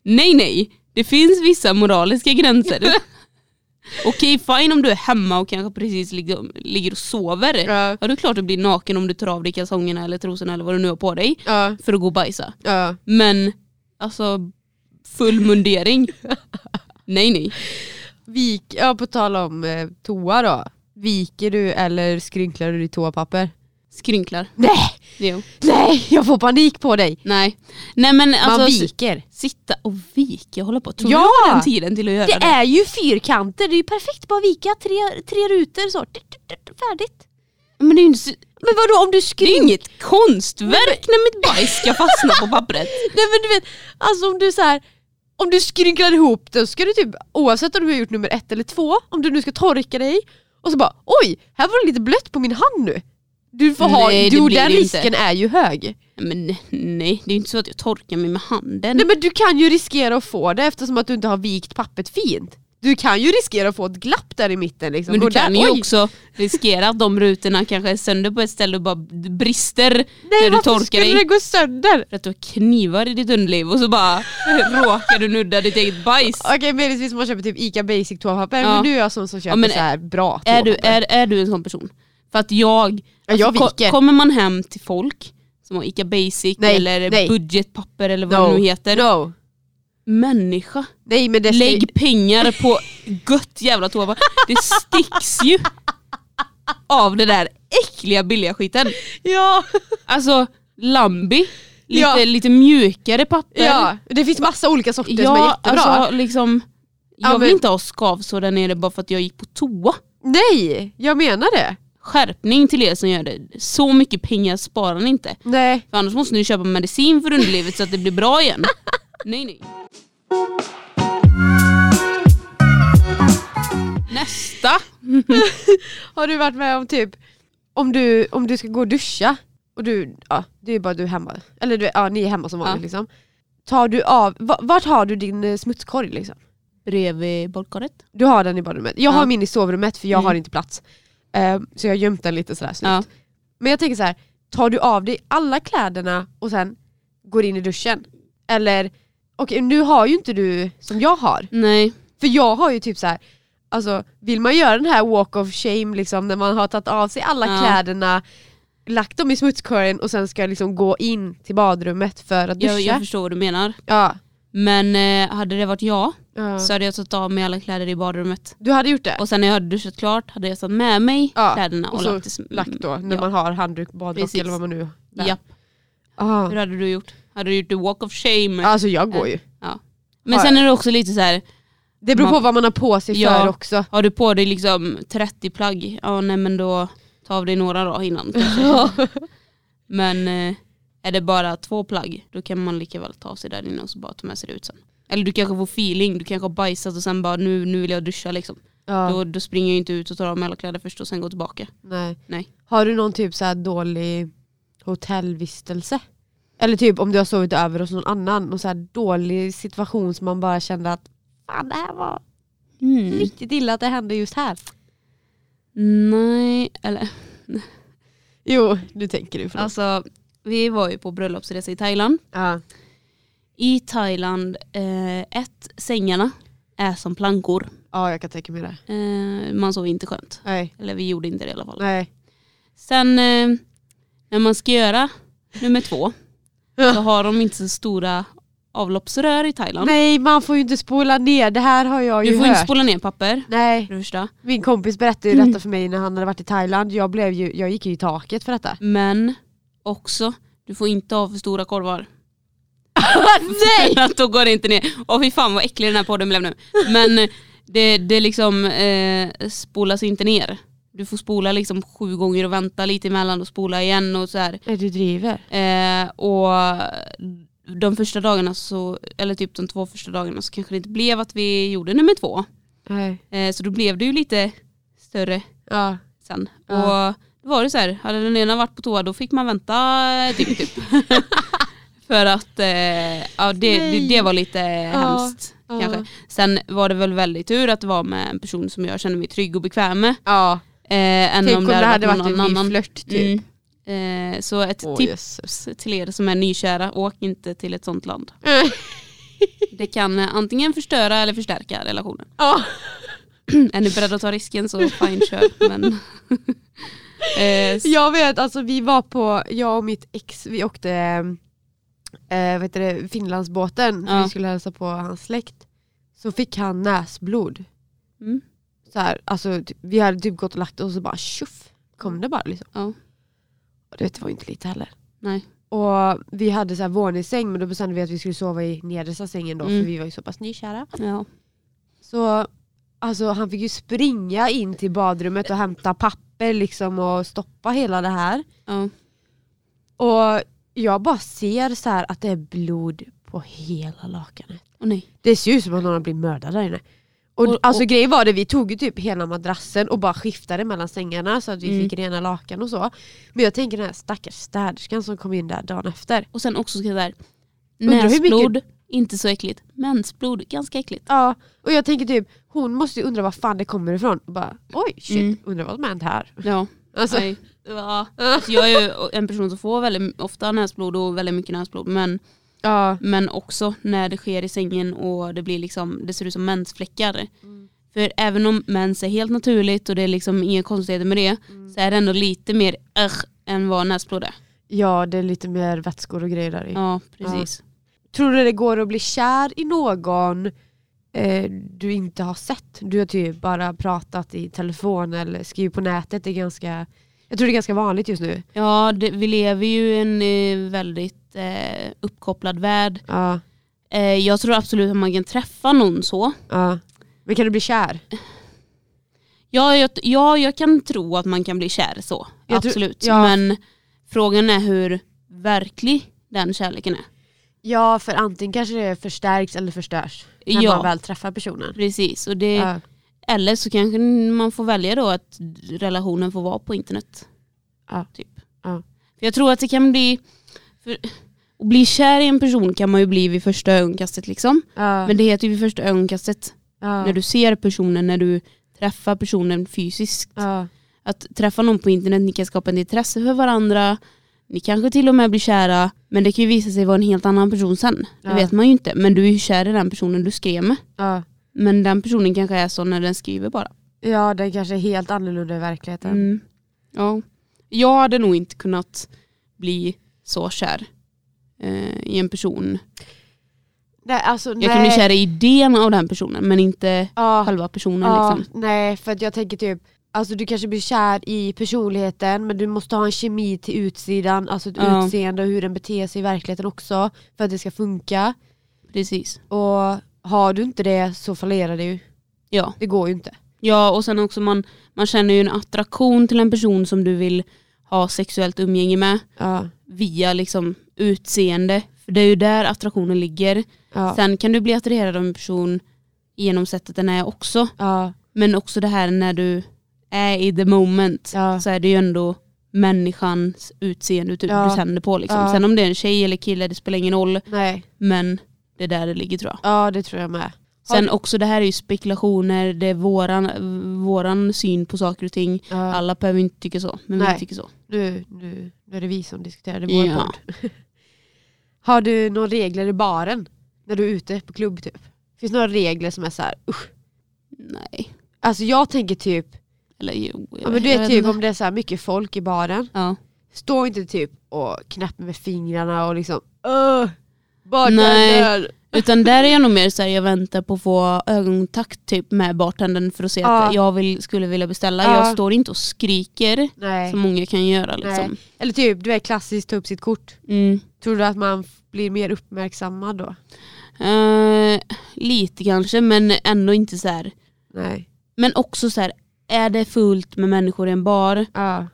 Speaker 1: Nej nej, det finns vissa moraliska gränser. Okej fine om du är hemma och kanske precis ligger, ligger och sover.
Speaker 2: Ja.
Speaker 1: Ja, det är klart du blir naken om du tar av dig kalsongerna eller trosorna eller vad du nu har på dig
Speaker 2: ja,
Speaker 1: för att gå och bajsa.
Speaker 2: ja.
Speaker 1: Men alltså full mundering. Nej nej.
Speaker 2: Vik, ja på tal om eh, toa då. Viker du eller skrynklar du ditt toapapper?
Speaker 1: Skrynklar.
Speaker 2: Nej!
Speaker 1: Jo.
Speaker 2: Nej, jag får panik på dig.
Speaker 1: Nej. Nej men
Speaker 2: Man
Speaker 1: alltså s-
Speaker 2: viker.
Speaker 1: sitta och vika, jag håller på. Tror
Speaker 2: Ja!
Speaker 1: du jag har den tiden till att göra
Speaker 2: Det
Speaker 1: det?
Speaker 2: är ju fyrkanter, det är ju perfekt bara vika tre, tre rutor så. Tut, tut, tut, Färdigt.
Speaker 1: Men det är ju inte så-
Speaker 2: Men vadå om du
Speaker 1: det är ju
Speaker 2: skrynklar?
Speaker 1: inget konstverk när mitt bajs ska fastna på pappret.
Speaker 2: Nej men du vet, alltså om du så här, om du skrynklar ihop det så ska du typ, oavsett om du har gjort nummer ett eller två, om du nu ska torka dig och så bara oj, här var det lite blött på min hand nu. Du får ha,
Speaker 1: Nej, det
Speaker 2: du,
Speaker 1: blir
Speaker 2: den
Speaker 1: det inte.
Speaker 2: risken är ju hög.
Speaker 1: Men nej, nej, det är ju inte så att jag torkar mig med handen.
Speaker 2: Nej men du kan ju riskera att få det eftersom att du inte har vikt pappret fint. Du kan ju riskera att få ett glapp där i mitten. Liksom.
Speaker 1: Men du
Speaker 2: Och där-
Speaker 1: kan ju
Speaker 2: oj,
Speaker 1: också riskera att de rutorna kanske är sönder på ett ställe och bara brister
Speaker 2: Nej,
Speaker 1: när du
Speaker 2: varför
Speaker 1: torkar
Speaker 2: skulle
Speaker 1: dig.
Speaker 2: det gå sönder?
Speaker 1: För att du har knivar i ditt underliv och så bara råkar du nudda ditt eget bajs.
Speaker 2: Okej möjligtvis man köper typ Ica basic toapapper
Speaker 1: Ja.
Speaker 2: men du är jag sån som köper
Speaker 1: men
Speaker 2: så här bra
Speaker 1: Är du,
Speaker 2: toapapper.
Speaker 1: är, är du en sån person? För att jag, alltså,
Speaker 2: Ja, jag
Speaker 1: ko-
Speaker 2: viker.
Speaker 1: kommer man hem till folk som har ICA Basic
Speaker 2: Nej,
Speaker 1: eller
Speaker 2: nej.
Speaker 1: budgetpapper eller vad det
Speaker 2: No,
Speaker 1: nu heter.
Speaker 2: No.
Speaker 1: Människa,
Speaker 2: Nej men det ska ju-
Speaker 1: lägg pengar på gött jävla toapapper. Det sticks ju av den där äckliga billiga skiten.
Speaker 2: Ja.
Speaker 1: Alltså Lambi, lite,
Speaker 2: Ja.
Speaker 1: lite mjukare papper.
Speaker 2: ja, det finns massa olika sorter som är
Speaker 1: Ja,
Speaker 2: jättebra.
Speaker 1: alltså liksom jag
Speaker 2: Ja,
Speaker 1: vill
Speaker 2: men-
Speaker 1: inte ha skavsår där nere bara för att jag gick på toa.
Speaker 2: Nej, jag menar det.
Speaker 1: Skärpning till er som gör det. Så mycket pengar sparar ni inte.
Speaker 2: Nej.
Speaker 1: För annars måste ni köpa medicin för underlivet så att det blir bra igen. Nej nej. Nästa!
Speaker 2: Har du varit med om typ, om du, om du ska gå och duscha och du, ja, det är bara du hemma, eller du, ja, ni är hemma som vanligt
Speaker 1: Ja.
Speaker 2: liksom. Tar du av, va- vart har du din eh, smutskorg liksom?
Speaker 1: Bredvid badkaret.
Speaker 2: Du har den i badrummet. Jag
Speaker 1: Ja.
Speaker 2: har min i sovrummet för jag
Speaker 1: Mm.
Speaker 2: har inte plats. Ehm, så jag har gömt den lite sådär snyggt.
Speaker 1: Ja.
Speaker 2: Men jag tänker så här, tar du av dig alla kläderna och sen går in i duschen? Eller, okej nu har ju inte du som jag har.
Speaker 1: Nej.
Speaker 2: För jag har ju typ så här, alltså vill man göra den här walk of shame liksom när man har tagit av sig alla
Speaker 1: Ja.
Speaker 2: kläderna, lagt dem i smutskorgen och sen ska jag liksom gå in till badrummet för att duscha.
Speaker 1: Jag, jag förstår vad du menar.
Speaker 2: ja.
Speaker 1: Men eh, hade det varit jag
Speaker 2: Ja.
Speaker 1: så hade jag tagit av mig alla kläder i badrummet.
Speaker 2: Du hade gjort det?
Speaker 1: Och sen när jag hade duschat klart hade jag tagit med mig
Speaker 2: Ja,
Speaker 1: kläderna och,
Speaker 2: och så
Speaker 1: lagt, det,
Speaker 2: Lagt då, när
Speaker 1: ja.
Speaker 2: man har handduk, badrock
Speaker 1: Precis.
Speaker 2: eller vad man nu där.
Speaker 1: Ja.
Speaker 2: Ah.
Speaker 1: Hur hade du gjort? Hade du gjort the walk of shame?
Speaker 2: Alltså jag går ju.
Speaker 1: Men sen är det också lite så här,
Speaker 2: Det beror
Speaker 1: Man-
Speaker 2: på vad man har på sig
Speaker 1: Ja.
Speaker 2: för också.
Speaker 1: har du på dig liksom 30 plagg, ja nej men då ta av dig några dagar innan kanske. Men eh, är det bara två plagg, då kan man lika väl ta av sig där innan och så bara ta med sig det ut sen. Eller du kanske får feeling, du kanske har bajsat och sen bara nu, nu vill jag duscha liksom.
Speaker 2: Ja.
Speaker 1: Då, då springer jag inte ut och tar av mig alla kläder först och sen går tillbaka.
Speaker 2: Nej.
Speaker 1: Nej.
Speaker 2: Har du någon typ så här dålig hotellvistelse? Eller typ om du har sovit över hos någon annan, någon så här dålig situation som man bara kände att fan det här var riktigt illa att det hände just här.
Speaker 1: Nej, eller
Speaker 2: Jo, nu tänker du förlåt.
Speaker 1: alltså vi var ju på bröllopsresa i Thailand.
Speaker 2: Ja.
Speaker 1: I Thailand, eh, ett, sängarna är som plankor.
Speaker 2: ja, jag kan tänka mig det.
Speaker 1: Eh, man sov inte skönt.
Speaker 2: Nej.
Speaker 1: Eller vi gjorde inte det i alla fall.
Speaker 2: Nej.
Speaker 1: Sen eh, när man ska göra nummer två så har de inte så stora avloppsrör i Thailand.
Speaker 2: Nej, man får ju inte spola ner, det här har jag ju
Speaker 1: du får
Speaker 2: hört.
Speaker 1: inte spola ner papper.
Speaker 2: Nej,
Speaker 1: För det första.
Speaker 2: min kompis berättade ju detta för mig när han hade varit i Thailand. Jag, blev ju, jag gick ju i taket för detta.
Speaker 1: Men också, du får inte ha för stora korvar.
Speaker 2: Nej!
Speaker 1: Att då går det inte ner. Åh fy fan vad äcklig den här podden blev nu. Men eh, det, det liksom eh, spolas inte ner. Du får spola liksom sju gånger och vänta lite emellan och spola igen och så här.
Speaker 2: Nej, du driver.
Speaker 1: Eh, och de första dagarna, så, eller typ de två första dagarna så kanske det inte blev att vi gjorde nummer två.
Speaker 2: Nej.
Speaker 1: Eh, så då blev det ju lite större
Speaker 2: Ja.
Speaker 1: sen.
Speaker 2: Ja.
Speaker 1: Och då var det så här, hade den ena varit på toa då fick man vänta ett dygn typ. För att eh, ja, det, det,
Speaker 2: Nej.
Speaker 1: det var lite hemskt
Speaker 2: ja.
Speaker 1: kanske. Sen var det väl väldigt tur att det var med en person som jag kände mig trygg och bekväm med.
Speaker 2: ja.
Speaker 1: Eh, än
Speaker 2: Tänk
Speaker 1: om
Speaker 2: om
Speaker 1: det hade varit
Speaker 2: en
Speaker 1: någon
Speaker 2: ny
Speaker 1: annan.
Speaker 2: flört typ.
Speaker 1: Mm. Eh, så ett
Speaker 2: Åh,
Speaker 1: tips
Speaker 2: jösses.
Speaker 1: tips till er som är nykära, åk inte till ett sånt land. Det kan eh, antingen förstöra eller förstärka relationen.
Speaker 2: Ja. Mm.
Speaker 1: Är ni beredda att ta risken så fine kör. Men... eh, s-
Speaker 2: Jag vet, alltså vi var på, jag och mitt ex, vi åkte eh, vad heter det, Finlandsbåten,
Speaker 1: Ja.
Speaker 2: vi skulle hälsa på hans släkt. Så fick han näsblod.
Speaker 1: Mm.
Speaker 2: Så här, alltså, typ, vi hade typ gått och lagt oss och så bara tjoff kom det bara. Liksom.
Speaker 1: Ja.
Speaker 2: Och det var ju inte lite heller.
Speaker 1: Nej.
Speaker 2: Och vi hade så här våningssäng men då bestämde vi att vi skulle sova i nedersta sängen då
Speaker 1: Mm.
Speaker 2: för vi var ju så pass nykära.
Speaker 1: Ja.
Speaker 2: Så alltså, han fick ju springa in till badrummet och hämta papper liksom, och stoppa hela det här.
Speaker 1: Ja.
Speaker 2: Och jag bara ser så här att det är blod på hela lakanet.
Speaker 1: Och nej.
Speaker 2: Det ser ut som att någon har blivit mördad där inne. Och,
Speaker 1: Och-
Speaker 2: alltså,
Speaker 1: och-
Speaker 2: grejen var det, vi tog ju typ hela madrassen och bara skiftade mellan sängarna så att vi
Speaker 1: Mm.
Speaker 2: fick rena lakan och så. Men jag tänker den här stackars städerskan som kom in där dagen efter.
Speaker 1: Och sen också ska jag säga,
Speaker 2: Undrar hur mycket-
Speaker 1: näsblod Inte så äckligt. Mensblod, ganska äckligt.
Speaker 2: Ja, och jag tänker typ, hon måste ju undra var fan det kommer ifrån. Och bara, oj shit,
Speaker 1: Mm.
Speaker 2: undrar vad som hänt här.
Speaker 1: Ja.
Speaker 2: Alltså,
Speaker 1: Nej. Ja. Alltså, jag är ju en person som får väldigt ofta näsblod och väldigt mycket näsblod. Men,
Speaker 2: ja.
Speaker 1: men också när det sker i sängen och det, blir liksom, det ser ut som mensfläckar. För även om mens är helt naturligt och det är liksom inga konstigheter med det så är det ändå lite mer ugh, än vad näsblod är.
Speaker 2: ja, det är lite mer vätskor och grejer där i.
Speaker 1: Ja, precis.
Speaker 2: Tror du det går att bli kär i någon eh, du inte har sett? Du har typ bara pratat i telefon eller skrivit på nätet. Det är ganska, jag tror det är ganska vanligt just nu.
Speaker 1: Ja, det, vi lever ju i en eh, väldigt eh, uppkopplad värld.
Speaker 2: Ja,
Speaker 1: Eh, jag tror absolut att man kan träffa någon så.
Speaker 2: ja. Men kan du bli kär?
Speaker 1: Ja, jag, ja, jag kan tro att man kan bli kär så.
Speaker 2: Jag tror-
Speaker 1: absolut.
Speaker 2: ja.
Speaker 1: Men frågan är hur verklig den kärleken är.
Speaker 2: Ja, för antingen kanske det förstärks eller förstörs när
Speaker 1: Ja.
Speaker 2: man väl träffar personen. Mm.
Speaker 1: Precis. Och det,
Speaker 2: Ja.
Speaker 1: Eller så kanske man får välja då att relationen får vara på internet.
Speaker 2: Ja.
Speaker 1: Typ.
Speaker 2: Ja.
Speaker 1: För jag tror att det kan bli... För, att bli kär i en person kan man ju bli vid första ögonkastet. Liksom.
Speaker 2: Ja.
Speaker 1: Men det heter ju vid första ögonkastet
Speaker 2: ja.
Speaker 1: när du ser personen, när du träffar personen fysiskt.
Speaker 2: ja.
Speaker 1: Att träffa någon på internet, ni kan skapa ett intresse för varandra. Ni kanske till och med blir kära, men det kan ju visa sig vara en helt annan person sen.
Speaker 2: Ja.
Speaker 1: Det vet man ju inte, men du är ju kär i den personen du skrev med.
Speaker 2: ja.
Speaker 1: Men den personen kanske är så när den skriver bara.
Speaker 2: ja det kanske är helt annorlunda i verkligheten.
Speaker 1: Mm. Ja. Jag hade nog inte kunnat bli så kär eh, i en person.
Speaker 2: Nej, alltså,
Speaker 1: Jag
Speaker 2: nej.
Speaker 1: kan bli kär i idén av den personen, men inte
Speaker 2: Ja.
Speaker 1: själva personen.
Speaker 2: Ja,
Speaker 1: Liksom.
Speaker 2: nej för att jag tänker typ Alltså du kanske blir kär i personligheten men du måste ha en kemi till utsidan, alltså ett
Speaker 1: Ja.
Speaker 2: utseende och hur den beter sig i verkligheten också för att det ska funka.
Speaker 1: Precis.
Speaker 2: Och har du inte det så fallerar det ju.
Speaker 1: Ja.
Speaker 2: Det går ju inte.
Speaker 1: Ja och sen också man, man känner ju en attraktion till en person som du vill ha sexuellt umgänge med
Speaker 2: Ja.
Speaker 1: via liksom utseende. För det är ju där attraktionen ligger.
Speaker 2: Ja.
Speaker 1: Sen kan du bli attraherad av en person genom sättet den är också.
Speaker 2: Ja.
Speaker 1: Men också det här när du är i the moment
Speaker 2: Ja.
Speaker 1: så är det ju ändå människans utseende du,
Speaker 2: Ja.
Speaker 1: du sänder på. Liksom.
Speaker 2: Ja.
Speaker 1: Sen om det är en tjej eller kille det spelar ingen roll.
Speaker 2: Nej.
Speaker 1: Men det är där det ligger tror jag.
Speaker 2: Ja det tror jag med. Har-
Speaker 1: Sen också det här är ju spekulationer, det är våran, våran syn på saker och ting.
Speaker 2: Ja.
Speaker 1: Alla behöver inte tycka så, men
Speaker 2: Nej.
Speaker 1: vi tycker så.
Speaker 2: Nu, nu, nu är det vi som diskuterar, det är vår
Speaker 1: Ja.
Speaker 2: podd. har du några regler i baren? När du är ute på klubb typ? Finns det några regler som är så här, usch.
Speaker 1: Nej.
Speaker 2: Alltså jag tänker typ
Speaker 1: Eller jo, jag
Speaker 2: Ja, men du
Speaker 1: jag
Speaker 2: vet typ
Speaker 1: inte.
Speaker 2: om det är så här mycket folk i baren,
Speaker 1: Ja.
Speaker 2: stå inte typ och knäppa med fingrarna och liksom Öh!
Speaker 1: Nej.
Speaker 2: Bartender!
Speaker 1: Utan där är jag nog mer såhär, jag väntar på att få ögonkontakt typ med bartendern för att se att
Speaker 2: Ja.
Speaker 1: jag vill, skulle vilja beställa.
Speaker 2: Ja.
Speaker 1: Jag står inte och skriker
Speaker 2: Nej.
Speaker 1: som många kan göra liksom.
Speaker 2: Nej. Eller typ, du är klassiskt ta upp sitt kort.
Speaker 1: Mm.
Speaker 2: Tror du att man f- blir mer uppmärksammad då?
Speaker 1: Eh, lite kanske men ändå inte så här.
Speaker 2: Nej.
Speaker 1: Men också så här, är det fullt med människor i en bar,
Speaker 2: Ja.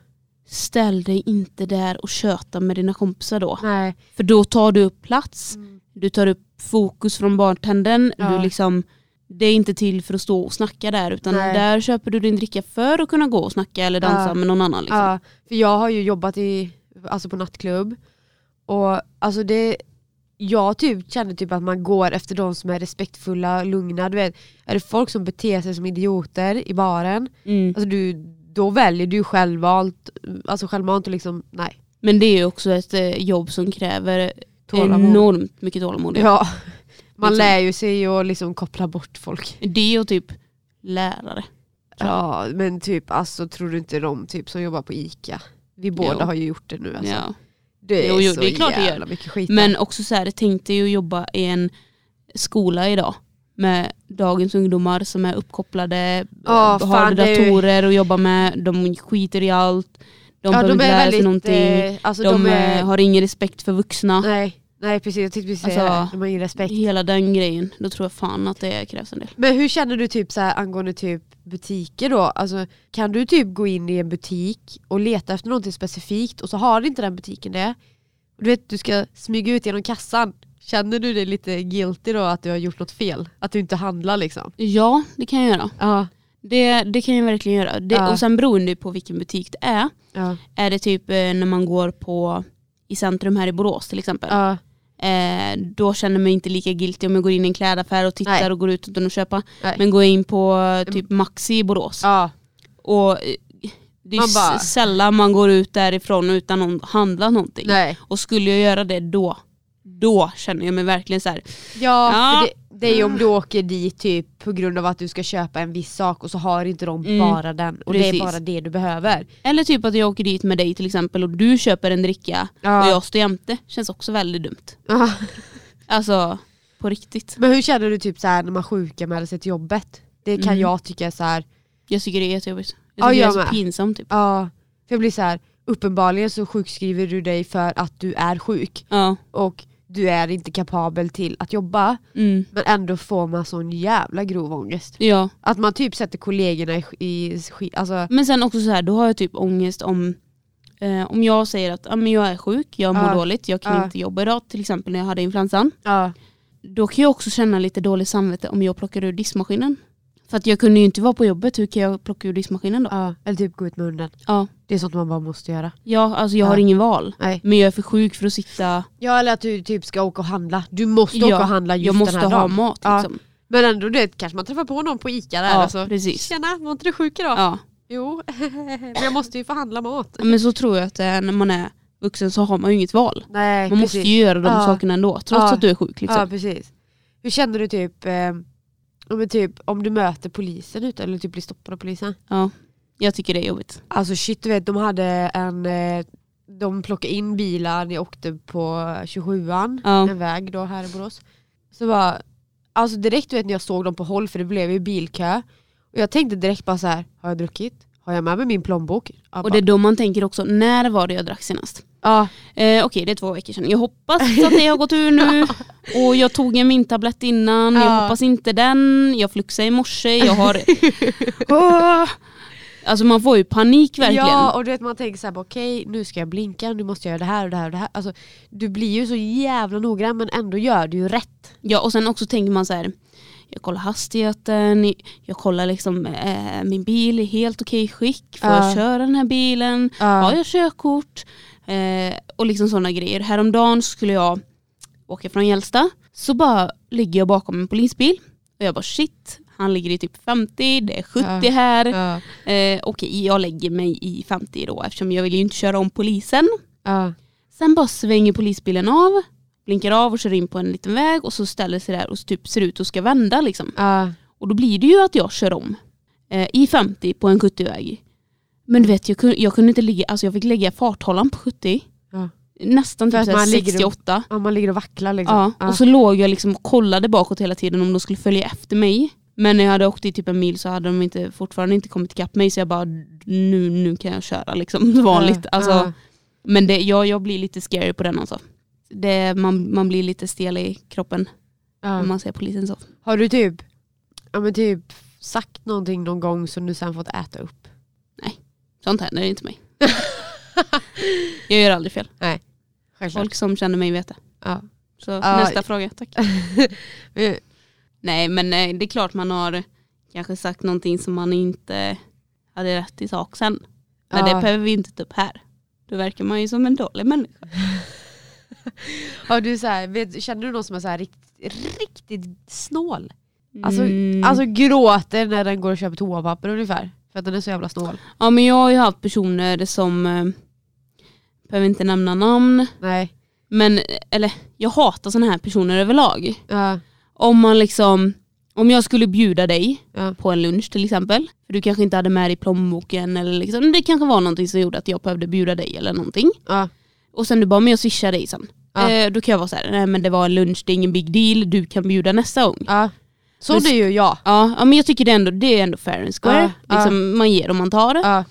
Speaker 1: ställ dig inte där och köta med dina kompisar då.
Speaker 2: Nej.
Speaker 1: För då tar du upp plats,
Speaker 2: Mm.
Speaker 1: du tar upp fokus från bartendern.
Speaker 2: Ja.
Speaker 1: Du liksom, det är inte till för att stå och snacka där utan
Speaker 2: Nej.
Speaker 1: där köper du din dricka för att kunna gå och snacka eller dansa
Speaker 2: Ja.
Speaker 1: med någon annan. Liksom.
Speaker 2: Ja, för jag har ju jobbat i, alltså på nattklubb och alltså det jag typ känner typ att man går efter de som är respektfulla, lugna. Du vet, är det folk som beter sig som idioter i baren
Speaker 1: Mm.
Speaker 2: Alltså du, då väljer du självvalt, alltså självmant och liksom, nej.
Speaker 1: Men det är ju också ett eh, jobb som kräver
Speaker 2: Tålamod.
Speaker 1: enormt mycket tålamod.
Speaker 2: Ja. Man
Speaker 1: Liksom.
Speaker 2: lär ju sig och liksom koppla bort folk.
Speaker 1: Det och typ lärare.
Speaker 2: Ja, men typ alltså tror du inte de typ som jobbar på ICA? Vi båda
Speaker 1: Jo.
Speaker 2: har ju gjort det nu alltså.
Speaker 1: Ja.
Speaker 2: Det är
Speaker 1: Jo, jo,
Speaker 2: så
Speaker 1: det är klart det gör.
Speaker 2: jävla mycket skit.
Speaker 1: Men också så här, tänk dig att jobba i en skola idag med dagens ungdomar som är uppkopplade,
Speaker 2: Ja,
Speaker 1: har
Speaker 2: fan, det är ju-
Speaker 1: datorer och jobbar med, de skiter i allt, de
Speaker 2: ja,
Speaker 1: behöver
Speaker 2: de
Speaker 1: inte
Speaker 2: är
Speaker 1: lära sig
Speaker 2: väldigt,
Speaker 1: någonting,
Speaker 2: eh, alltså
Speaker 1: de,
Speaker 2: de, är,
Speaker 1: eh, har ingen respekt för vuxna.
Speaker 2: nej, nej precis, jag tänkte precis säga
Speaker 1: Alltså,
Speaker 2: det. De har ingen respekt.
Speaker 1: Hela den grejen, då tror jag fan att det krävs en del.
Speaker 2: Men hur känner du typ så här angående typ butiker då? Alltså, kan du typ gå in i en butik och leta efter någonting specifikt och så har inte den butiken det? Och Du vet, du ska smyga ut genom kassan. Känner du dig lite guilty då att du har gjort något fel? Att du inte handlar liksom?
Speaker 1: Ja, det kan jag göra.
Speaker 2: Ja.
Speaker 1: Det, det kan jag verkligen göra. Det,
Speaker 2: Ja.
Speaker 1: Och sen beroende på vilken butik det är,
Speaker 2: Ja.
Speaker 1: är det typ eh, när man går på i centrum här i Borås till exempel.
Speaker 2: Ja.
Speaker 1: eh, då känner jag mig inte lika guilty om jag går in i en klädaffär och tittar
Speaker 2: Nej.
Speaker 1: och går ut utan att köpa.
Speaker 2: Nej. Mm.
Speaker 1: Men går jag in på eh, typ Maxi i Borås
Speaker 2: Ja,
Speaker 1: och eh, det är
Speaker 2: Man
Speaker 1: s-
Speaker 2: bara-
Speaker 1: sällan man går ut därifrån utan att handla någonting.
Speaker 2: nej.
Speaker 1: Och skulle jag göra det då, då känner jag mig verkligen så här.
Speaker 2: Ja,
Speaker 1: Ja.
Speaker 2: För det, det är ju om du åker dit typ på grund av att du ska köpa en viss sak och så har inte de
Speaker 1: Mm.
Speaker 2: bara den och det
Speaker 1: Precis.
Speaker 2: är bara det du behöver.
Speaker 1: Eller typ att jag åker dit med dig till exempel och du köper en dricka
Speaker 2: Ja.
Speaker 1: och jag står jämte. Känns också väldigt dumt.
Speaker 2: Ja.
Speaker 1: Alltså på riktigt.
Speaker 2: Men hur känner du typ så här när man sjukanmäler sig till jobbet? Det kan
Speaker 1: Mm.
Speaker 2: jag tycka är så här,
Speaker 1: Jag tycker det är jättejobbigt.
Speaker 2: Ja,
Speaker 1: Jag tycker
Speaker 2: jag
Speaker 1: det är så
Speaker 2: med.
Speaker 1: pinsamt typ.
Speaker 2: ja. För jag blir så här, uppenbarligen så sjukskriver du dig för att du är sjuk
Speaker 1: Ja.
Speaker 2: och du är inte kapabel till att jobba.
Speaker 1: Mm.
Speaker 2: Men ändå får man sån jävla grov ångest.
Speaker 1: ja.
Speaker 2: Att man typ sätter kollegorna i, sk- i sk- alltså,
Speaker 1: Men sen också så här, då har jag typ ångest om eh, om jag säger att ah, men jag är sjuk, jag mår
Speaker 2: Ja.
Speaker 1: dåligt, jag kan
Speaker 2: Ja.
Speaker 1: inte jobba idag till exempel när jag hade influensan.
Speaker 2: ja.
Speaker 1: Då kan jag också känna lite dåligt samvete om jag plockar ur diskmaskinen. För att jag kunde ju inte vara på jobbet, hur kan jag plocka ur diskmaskinen då?
Speaker 2: ja. Eller typ gå ut med hunden.
Speaker 1: Ja,
Speaker 2: Det är sånt man bara måste göra.
Speaker 1: ja alltså jag har
Speaker 2: Ja.
Speaker 1: ingen val.
Speaker 2: Nej.
Speaker 1: Men jag är för sjuk för att sitta
Speaker 2: Ja eller att du typ ska åka och handla. Du måste
Speaker 1: Ja,
Speaker 2: åka och handla just
Speaker 1: jag måste
Speaker 2: den här
Speaker 1: ha
Speaker 2: dagen.
Speaker 1: mat
Speaker 2: Ja.
Speaker 1: liksom.
Speaker 2: Men ändå det kanske man träffar på någon på Ica där.
Speaker 1: Ja,
Speaker 2: alltså.
Speaker 1: precis.
Speaker 2: Tjena, var inte du sjuk idag?
Speaker 1: Ja.
Speaker 2: Jo, men jag måste ju få handla mat.
Speaker 1: Men så tror jag att det är när man är vuxen så har man ju inget val.
Speaker 2: Nej,
Speaker 1: Man måste ju göra de
Speaker 2: Ja.
Speaker 1: sakerna ändå, trots
Speaker 2: Ja.
Speaker 1: att du är sjuk. Liksom.
Speaker 2: Ja precis. Hur känner du typ, eh, om, typ om du möter polisen ute eller typ blir stoppad av polisen?
Speaker 1: Ja. Jag tycker det är jobbigt.
Speaker 2: Alltså shit du vet de hade en, eh, de plockade in bilar, jag åkte på 27an,
Speaker 1: Ja.
Speaker 2: en väg då här i Borås. Så bara, alltså direkt du vet när jag såg dem på håll för det blev ju bilkö. Och jag tänkte direkt bara så här, har jag druckit? Har jag med mig min plånbok? Ja,
Speaker 1: Och
Speaker 2: bara-
Speaker 1: det är då man tänker också, när var det jag drack senast?
Speaker 2: ja,
Speaker 1: Eh, Okej, det är två veckor sedan. Jag hoppas att det har gått ur nu. Och jag tog en mintablett innan, jag
Speaker 2: Ja.
Speaker 1: hoppas inte den. Jag fluxade i morse, jag har... Åh! Alltså man får ju panik verkligen.
Speaker 2: Ja och du vet man tänker såhär, okej nu ska jag blinka, nu måste jag göra det här och det här och det här. Alltså, du blir ju så jävla noggrann men ändå gör du ju rätt.
Speaker 1: Ja och sen också tänker man så här, jag kollar hastigheten, jag kollar liksom eh, min bil är helt okej skick, får jag
Speaker 2: Ja.
Speaker 1: köra den här bilen, har jag körkort? Eh, och liksom sådana grejer. Häromdagen skulle jag åka från Hjälsta, så bara ligger jag bakom en polisbil och jag bara shit, han ligger i typ 50, det är 70
Speaker 2: Ja.
Speaker 1: här.
Speaker 2: Ja.
Speaker 1: Eh, okej, jag lägger mig i 50 då eftersom jag vill ju inte köra om polisen.
Speaker 2: Ja.
Speaker 1: Sen bara svänger polisbilen av, blinkar av och kör in på en liten väg och så ställer sig där och typ ser ut och ska vända. Liksom.
Speaker 2: Ja.
Speaker 1: Och då blir det ju att jag kör om eh, i 50 på en 70-väg. Men du vet, jag kunde, jag kunde inte ligga, alltså jag fick lägga farthållaren på 70.
Speaker 2: Ja.
Speaker 1: Nästan
Speaker 2: För
Speaker 1: typ
Speaker 2: att
Speaker 1: så här
Speaker 2: man ligger och-
Speaker 1: 68.
Speaker 2: Ja, man ligger och vacklar liksom.
Speaker 1: Ja,
Speaker 2: Ja.
Speaker 1: och så låg jag liksom och kollade bakåt hela tiden om de skulle följa efter mig. Men när jag hade åkt i typ en mil så hade de inte, fortfarande inte kommit ikapp mig så jag bara nu, nu kan jag köra liksom som vanligt.
Speaker 2: Ja.
Speaker 1: Alltså,
Speaker 2: Ja.
Speaker 1: men det, jag, jag blir lite scary på den alltså. Det, man, man blir lite stel i kroppen
Speaker 2: Ja.
Speaker 1: när man ser polisen så.
Speaker 2: Har du typ, ja, men typ sagt någonting någon gång som du sen fått äta upp?
Speaker 1: Sånt händer inte mig. jag gör aldrig fel. Folk som känner mig vet det.
Speaker 2: Ja.
Speaker 1: Så
Speaker 2: Ja.
Speaker 1: nästa fråga, tack.
Speaker 2: Eh,
Speaker 1: Nej men eh, det är klart man har kanske sagt någonting som man inte hade rätt i sak sen. Men
Speaker 2: Ja.
Speaker 1: det behöver vi inte ta upp här. Då verkar man ju som en dålig människa.
Speaker 2: Har du så här, vet, känner du någon som är så här rikt, riktigt snål? Alltså-
Speaker 1: Mm.
Speaker 2: Alltså gråter när den går och köper toapapper ungefär. För att den är så jävla snål.
Speaker 1: ja men jag har ju haft personer som, eh, behöver inte nämna namn,
Speaker 2: Nej.
Speaker 1: men eller jag hatar sådana här personer överlag.
Speaker 2: Ja.
Speaker 1: Om man liksom, om jag skulle bjuda dig
Speaker 2: Ja.
Speaker 1: på en lunch till exempel, för du kanske inte hade med dig plånboken eller liksom, det kanske var någonting som gjorde att jag behövde bjuda dig eller någonting.
Speaker 2: Ja.
Speaker 1: Och sen du bara, men jag swishar dig sen.
Speaker 2: Ja.
Speaker 1: Eh, då kan jag vara så här, nej men det var en lunch, det är ingen big deal, du kan bjuda nästa gång.
Speaker 2: ja. Så
Speaker 1: Men
Speaker 2: det är ju jag.
Speaker 1: Ja, ja men jag tycker det är ändå, det är ändå fair and square.
Speaker 2: Ja,
Speaker 1: liksom, Man ger och man tar.
Speaker 2: Ja.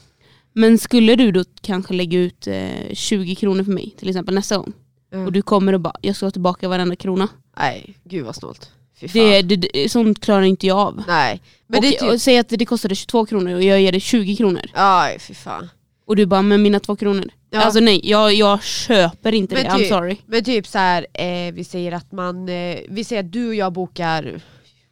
Speaker 1: Men skulle du då kanske lägga ut eh, 20 kronor för mig till exempel nästa gång
Speaker 2: Mm.
Speaker 1: och du kommer och bara, jag ska ha tillbaka varenda krona.
Speaker 2: Nej, gud vad snålt. Fy fan.
Speaker 1: Det, det, det, sånt klarar inte jag av.
Speaker 2: Nej. Men
Speaker 1: och,
Speaker 2: det är typ...
Speaker 1: och säg att det kostade 22 kronor och jag ger dig 20 kronor
Speaker 2: Aj, fy fan.
Speaker 1: och du bara, men mina två kronor.
Speaker 2: Ja.
Speaker 1: Alltså nej, jag, jag köper inte
Speaker 2: Men
Speaker 1: det. I'm
Speaker 2: typ-
Speaker 1: sorry.
Speaker 2: Men typ så här, eh, vi säger att man, eh, vi säger att du och jag bokar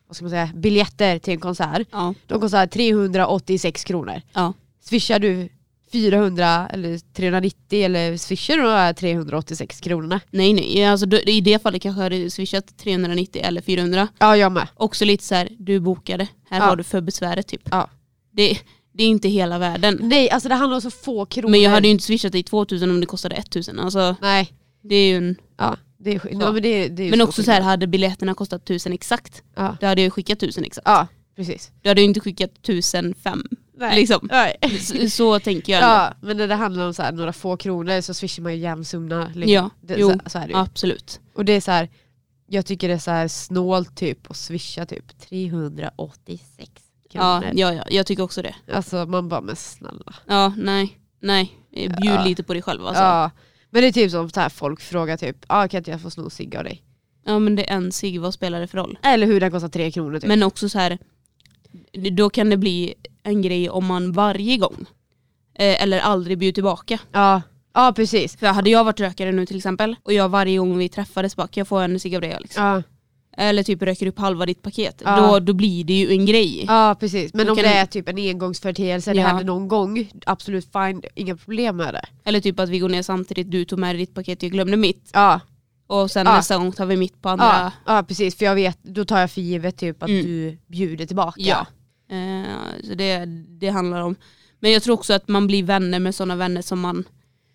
Speaker 2: vad ska man säga, biljetter till en konsert.
Speaker 1: Ja.
Speaker 2: De kostar 386 kronor.
Speaker 1: Ja.
Speaker 2: Swishar du 400 eller 390 eller swishar de här 386 kronorna.
Speaker 1: Nej nej, alltså, du, i det fallet kanske jag hade swishat 390 eller 400.
Speaker 2: Ja jag med.
Speaker 1: Också lite så här, du bokade, här
Speaker 2: Ja.
Speaker 1: har du för besväret typ.
Speaker 2: Ja.
Speaker 1: Det, det är inte hela världen.
Speaker 2: Nej alltså det handlar om så få kronor.
Speaker 1: Men jag hade ju inte swishat dig 2000 om det kostade 1000. Alltså,
Speaker 2: Nej.
Speaker 1: det är ju en...
Speaker 2: Ja, det är, sk-
Speaker 1: Så.
Speaker 2: ja, men det, det är ju
Speaker 1: Men
Speaker 2: stor
Speaker 1: också så här,
Speaker 2: skillnad.
Speaker 1: hade biljetterna kostat 1000 exakt,
Speaker 2: Ja.
Speaker 1: då hade jag ju skickat 1000 exakt.
Speaker 2: ja precis.
Speaker 1: Du hade ju inte skickat 1005.
Speaker 2: Nej.
Speaker 1: Liksom.
Speaker 2: Nej.
Speaker 1: Så, så tänker jag.
Speaker 2: Ja men när det handlar om så här, några få kronor så swishar man ju jämn summa. liksom.
Speaker 1: Ja,
Speaker 2: det,
Speaker 1: jo.
Speaker 2: Så, så är det ju.
Speaker 1: Absolut.
Speaker 2: Och det är så här, jag tycker det är så här snålt typ att swisha typ 386
Speaker 1: Ja,
Speaker 2: kronor.
Speaker 1: ja, ja, jag tycker också det.
Speaker 2: Alltså man bara men snälla.
Speaker 1: Ja, nej. Nej, Eh, bjud
Speaker 2: Ja.
Speaker 1: lite på dig själv alltså. Ja,
Speaker 2: Ja. Men det är typ som så här, folk frågar typ, ah, kan inte jag få sno en cigg av dig?
Speaker 1: men det är en cigg, vad spelar det för roll?
Speaker 2: Eller hur, den kostar tre kronor typ.
Speaker 1: Men också så här, då kan det bli en grej om man varje gång, eh, eller aldrig bjuder tillbaka.
Speaker 2: Ja. ja precis.
Speaker 1: För hade jag varit rökare nu till exempel, och jag varje gång vi träffades bara, kan jag få en cigg av dig Alex?
Speaker 2: Ja,
Speaker 1: Eller typ röker upp halva ditt paket,
Speaker 2: Ja.
Speaker 1: då, då blir det ju en grej.
Speaker 2: ja precis. Men
Speaker 1: Då
Speaker 2: om
Speaker 1: kan
Speaker 2: det
Speaker 1: du-
Speaker 2: är typ en engångsföreteelse, det
Speaker 1: Ja.
Speaker 2: händer någon gång, absolut fine, inga problem med det.
Speaker 1: Eller typ att vi går ner samtidigt, du tog med dig ditt paket, jag glömde mitt.
Speaker 2: Ja,
Speaker 1: Och sen
Speaker 2: Ja.
Speaker 1: nästa gång tar vi mitt på andra.
Speaker 2: ja, ja precis. För jag vet, då tar jag för givet typ att
Speaker 1: Mm.
Speaker 2: du bjuder tillbaka.
Speaker 1: Ja. Eh, så det, det handlar om. Men jag tror också att man blir vänner med sådana vänner som man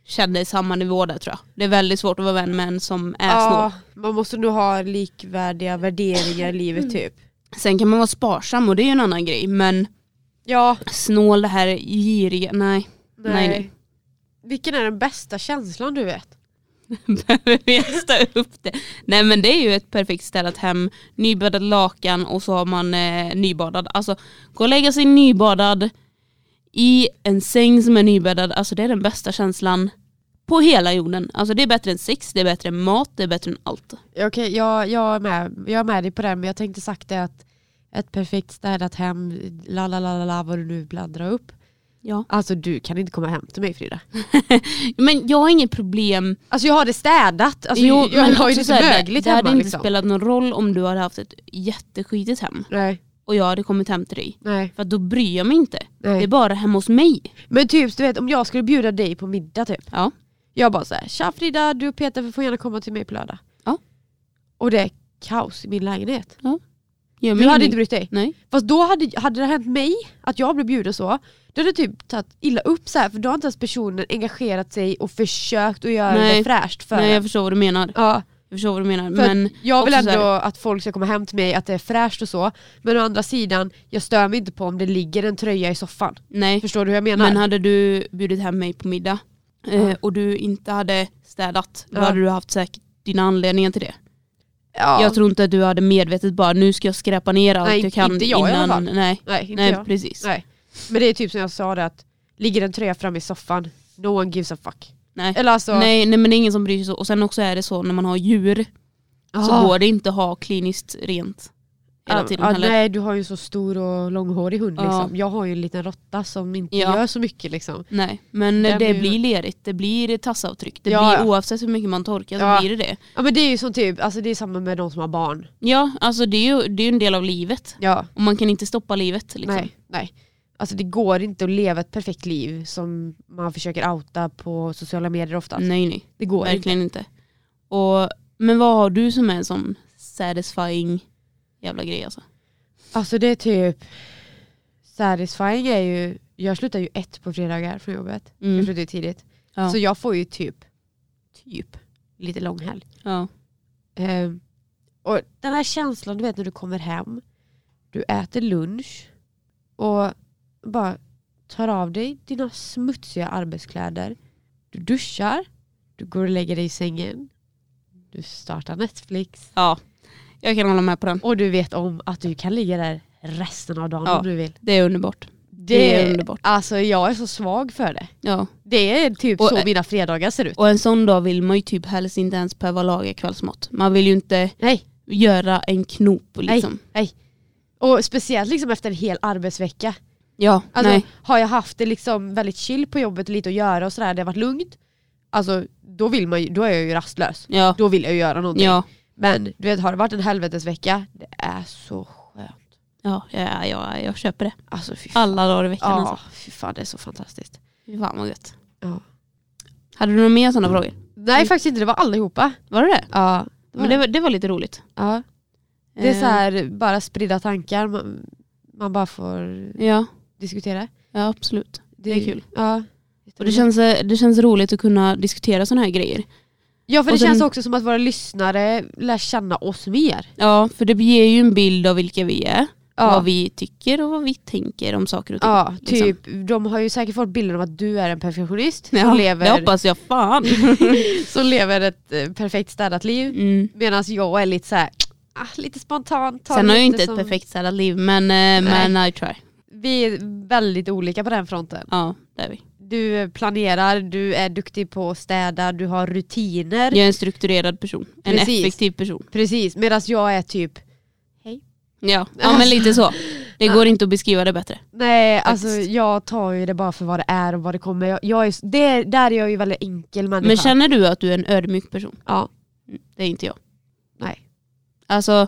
Speaker 1: känner i samma nivå där tror jag. Det är väldigt svårt att vara vän med en som är snål.
Speaker 2: Ja, man måste nog ha likvärdiga värderingar i livet typ.
Speaker 1: Sen kan man vara sparsam och det är ju en annan grej. Men
Speaker 2: Ja,
Speaker 1: snål, det här giriga, nej.
Speaker 2: nej.
Speaker 1: Nej, nej.
Speaker 2: Vilken är den bästa känslan du vet?
Speaker 1: Behöver vi ens ta upp det? Nej men det är ju ett perfekt städat hem. Nybäddat lakan och så har man eh, nybadad. Alltså gå och lägga sig nybadad i en säng som är nybäddad. Alltså det är den bästa känslan på hela jorden. Alltså det är bättre än sex, det är bättre än mat, det är bättre än allt.
Speaker 2: Okej, jag, jag, är med. jag är med dig på den men jag tänkte sagt det att ett perfekt städat hem, la la la la, la vad du nu bläddrar upp.
Speaker 1: Ja.
Speaker 2: Alltså du kan inte komma hem till mig Frida.
Speaker 1: Men jag har inget problem.
Speaker 2: Alltså jag har det städat, alltså,
Speaker 1: Jo,
Speaker 2: jag
Speaker 1: men
Speaker 2: har ju
Speaker 1: också så
Speaker 2: lite
Speaker 1: här, det-
Speaker 2: mögligt
Speaker 1: Det hade
Speaker 2: hemma.
Speaker 1: inte
Speaker 2: Liksom.
Speaker 1: spelat någon roll om du hade haft ett jätteskitigt hem
Speaker 2: Nej,
Speaker 1: och jag hade kommit hem till dig.
Speaker 2: nej,
Speaker 1: För att då bryr jag mig inte. Det är
Speaker 2: nej.
Speaker 1: bara hemma hos mig.
Speaker 2: Men typ du vet om jag skulle bjuda dig på middag typ.
Speaker 1: Ja.
Speaker 2: Jag bara så här, tja Frida, du och Peter får gärna komma till mig på lördag.
Speaker 1: Ja.
Speaker 2: Och det är kaos i min lägenhet.
Speaker 1: Gör mig
Speaker 2: Du
Speaker 1: ingenting.
Speaker 2: hade inte brytt dig.
Speaker 1: Nej.
Speaker 2: Fast då hade, hade det hänt mig att jag blev bjuden så, då hade det typ tagit illa upp så här för då har inte ens personen engagerat sig och försökt att göra
Speaker 1: Nej.
Speaker 2: det fräscht för
Speaker 1: Nej
Speaker 2: en.
Speaker 1: jag förstår vad du menar.
Speaker 2: Ja,
Speaker 1: Jag förstår vad du menar.
Speaker 2: för
Speaker 1: men
Speaker 2: att jag vill
Speaker 1: också så
Speaker 2: ändå att folk ska komma hem till mig, att det är fräscht och så. Men å andra sidan, jag stör mig inte på om det ligger en tröja i soffan.
Speaker 1: nej.
Speaker 2: Förstår du hur jag menar?
Speaker 1: Men hade du bjudit hem mig på middag eh,
Speaker 2: Ja.
Speaker 1: och du inte hade städat, då
Speaker 2: Ja.
Speaker 1: hade du haft säkert dina anledningar till det.
Speaker 2: ja.
Speaker 1: Jag tror inte att du hade medvetet bara nu ska jag skräpa ner allt
Speaker 2: Nej,
Speaker 1: jag kan
Speaker 2: inte jag i alla
Speaker 1: innan.
Speaker 2: fall.
Speaker 1: Nej,
Speaker 2: Nej, inte
Speaker 1: nej
Speaker 2: jag.
Speaker 1: precis. Nej.
Speaker 2: Nej. Men det är typ som jag sa det att ligger en tröja framme i soffan, no one gives a fuck.
Speaker 1: Nej.
Speaker 2: Eller alltså,
Speaker 1: nej men det är ingen som bryr sig så. Och sen också är det så när man har djur så
Speaker 2: Ah.
Speaker 1: går det inte att ha kliniskt rent hela
Speaker 2: Ja,
Speaker 1: tiden
Speaker 2: ja,
Speaker 1: heller.
Speaker 2: Nej du har ju en så stor och långhårig hund
Speaker 1: Ja.
Speaker 2: liksom. Jag har ju en liten råtta som inte
Speaker 1: Ja.
Speaker 2: gör så mycket liksom.
Speaker 1: Nej, men det
Speaker 2: Den blir ju-
Speaker 1: blir lerigt, det blir tassavtryck, det
Speaker 2: Ja,
Speaker 1: blir
Speaker 2: ja.
Speaker 1: oavsett hur mycket man torkar så
Speaker 2: Ja.
Speaker 1: blir det det.
Speaker 2: Ja men det är ju som typ, alltså det är samma med de som har barn.
Speaker 1: Ja, alltså det är ju det är ju en del av livet.
Speaker 2: Ja.
Speaker 1: Och man kan inte stoppa livet. Liksom.
Speaker 2: Nej, nej. Alltså det går inte att leva ett perfekt liv som man försöker outa på sociala medier ofta.
Speaker 1: nej, nej.
Speaker 2: Det går inte.
Speaker 1: Mm. Verkligen inte. Och, men vad har du som är en sån satisfying jävla grej alltså?
Speaker 2: Alltså det är typ, satisfying är ju, jag slutar ju ett på fredagar från jobbet. Jag
Speaker 1: Mm.
Speaker 2: slutar ju tidigt.
Speaker 1: Ja.
Speaker 2: Så jag får ju typ, typ lite långhelg.
Speaker 1: Ja.
Speaker 2: Ehm, och den här känslan du vet när du kommer hem, du äter lunch och bara tar av dig dina smutsiga arbetskläder. Du duschar, du går och lägger dig i sängen, du startar Netflix
Speaker 1: ja, jag kan hålla med på den.
Speaker 2: och du vet om att du kan ligga där resten av dagen
Speaker 1: Ja.
Speaker 2: om du vill.
Speaker 1: Det är underbart.
Speaker 2: Det,
Speaker 1: Det är underbart.
Speaker 2: Alltså jag är så svag för det.
Speaker 1: Ja.
Speaker 2: Det är typ
Speaker 1: Och-
Speaker 2: så mina fredagar ser ut.
Speaker 1: Och en sån dag vill man ju typ helst inte ens behöva laga kvällsmat. Man vill ju inte
Speaker 2: Nej,
Speaker 1: göra en knop liksom.
Speaker 2: och speciellt liksom efter en hel arbetsvecka.
Speaker 1: Ja,
Speaker 2: Alltså,
Speaker 1: nej.
Speaker 2: Har jag haft det liksom väldigt chill på jobbet, lite att göra och sådär, det har varit lugnt. Alltså då, vill man ju, då är jag ju rastlös.
Speaker 1: Ja.
Speaker 2: Då vill jag ju göra någonting.
Speaker 1: Ja.
Speaker 2: Men du vet, har det varit en helvetesvecka, det är så skönt.
Speaker 1: Ja, ja, ja, jag köper det.
Speaker 2: Alltså fy fan.
Speaker 1: Alla dagar i veckan
Speaker 2: ja,
Speaker 1: alltså.
Speaker 2: fy fan det är så fantastiskt.
Speaker 1: Fy fan vad gött.
Speaker 2: Ja.
Speaker 1: Hade du några mer sådana frågor?
Speaker 2: Nej faktiskt inte, det var allihopa.
Speaker 1: Var det det?
Speaker 2: Ja.
Speaker 1: Det var, Men det, var, det var lite roligt.
Speaker 2: ja. Det är
Speaker 1: Eh,
Speaker 2: så här, bara spridda tankar. Man, man bara får
Speaker 1: Eh, Ja,
Speaker 2: diskutera.
Speaker 1: ja absolut. Det är kul.
Speaker 2: Ja.
Speaker 1: Och det, känns, eh, det känns roligt att kunna diskutera sådana här grejer.
Speaker 2: ja för det
Speaker 1: och sen-
Speaker 2: känns också som att våra lyssnare lär känna oss mer. typ.
Speaker 1: Ja, för det ger ju en bild av vilka vi är. Vad
Speaker 2: Ja,
Speaker 1: vi tycker och vad vi tänker om saker och ting.
Speaker 2: ja
Speaker 1: liksom.
Speaker 2: typ. De har ju säkert fått bilden av att du är en perfektionist
Speaker 1: Ja,
Speaker 2: som,
Speaker 1: Det
Speaker 2: lever,
Speaker 1: hoppas jag fan.
Speaker 2: som lever ett eh, perfekt städat liv.
Speaker 1: Mm.
Speaker 2: Medan jag är lite så här, ah, lite spontant. tar
Speaker 1: Sen har jag ju
Speaker 2: lite
Speaker 1: inte
Speaker 2: som-
Speaker 1: ett perfekt städat liv men, eh, men I try.
Speaker 2: Vi är väldigt olika på den fronten.
Speaker 1: Ja, det är vi.
Speaker 2: Du planerar, du är duktig på att städa, du har rutiner.
Speaker 1: Jag är en strukturerad person. En
Speaker 2: Precis.
Speaker 1: effektiv person.
Speaker 2: Precis, medan jag är typ
Speaker 1: Ja, ja men lite så. Det går inte att beskriva det bättre.
Speaker 2: Nej, alltså
Speaker 1: Faktiskt.
Speaker 2: jag tar ju det bara för vad det är och vad det kommer. Jag, jag är, det, där är jag ju väldigt enkel människa.
Speaker 1: Men känner du att du är en ödmjuk person? Mm,
Speaker 2: Ja.
Speaker 1: Det är inte jag.
Speaker 2: Nej.
Speaker 1: Alltså,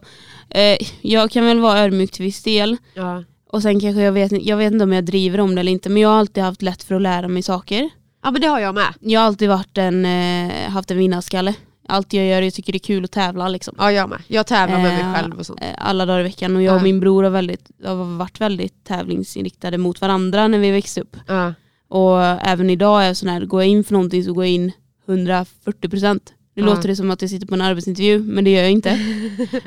Speaker 1: eh, jag kan väl vara ödmjuk till viss del.
Speaker 2: Ja.
Speaker 1: Och sen kanske jag vet, jag vet inte om jag driver om det eller inte men jag har alltid haft lätt för att lära mig saker.
Speaker 2: ja men det har jag med.
Speaker 1: Jag har alltid varit en, eh, haft en vinnarskalle. Allt jag gör, jag tycker det är kul att tävla liksom.
Speaker 2: Ja jag med. Jag tävlar med mig
Speaker 1: Eh,
Speaker 2: själv och sånt.
Speaker 1: eh, alla dagar i veckan och jag och
Speaker 2: Ja.
Speaker 1: min bror har, väldigt, har varit väldigt tävlingsinriktade mot varandra när vi växte upp.
Speaker 2: Ja.
Speaker 1: Och även idag är jag sån här, går jag in för någonting så går jag in 140%. Nu
Speaker 2: Ja.
Speaker 1: låter det som att jag sitter på en arbetsintervju men det gör jag inte.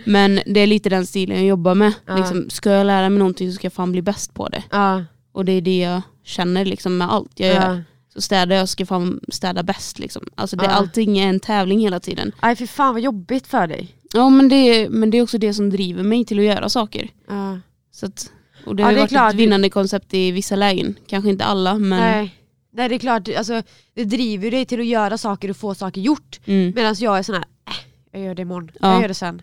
Speaker 1: men det är lite den stilen jag jobbar med.
Speaker 2: Ja.
Speaker 1: Liksom, ska jag lära mig någonting så ska jag fan bli bäst på det.
Speaker 2: Ja.
Speaker 1: Och det är det jag känner liksom, med allt jag gör.
Speaker 2: Ja.
Speaker 1: Så städar jag ska fan städa bäst. Liksom. Alltså, det,
Speaker 2: Ja.
Speaker 1: Allting är en tävling hela tiden.
Speaker 2: Aj för fan vad jobbigt för dig.
Speaker 1: Ja men det, men det är också det som driver mig till att göra saker.
Speaker 2: Ja.
Speaker 1: Så att, och det
Speaker 2: Ja,
Speaker 1: har
Speaker 2: det
Speaker 1: ju
Speaker 2: är
Speaker 1: varit
Speaker 2: klart.
Speaker 1: ett vinnande koncept i vissa lägen. Kanske inte alla men...
Speaker 2: Nej. Nej det är klart, alltså, det driver ju dig till att göra saker och få saker gjort.
Speaker 1: Mm.
Speaker 2: Medan jag är sån här, äh, jag gör det imorgon,
Speaker 1: Ja.
Speaker 2: jag gör det sen.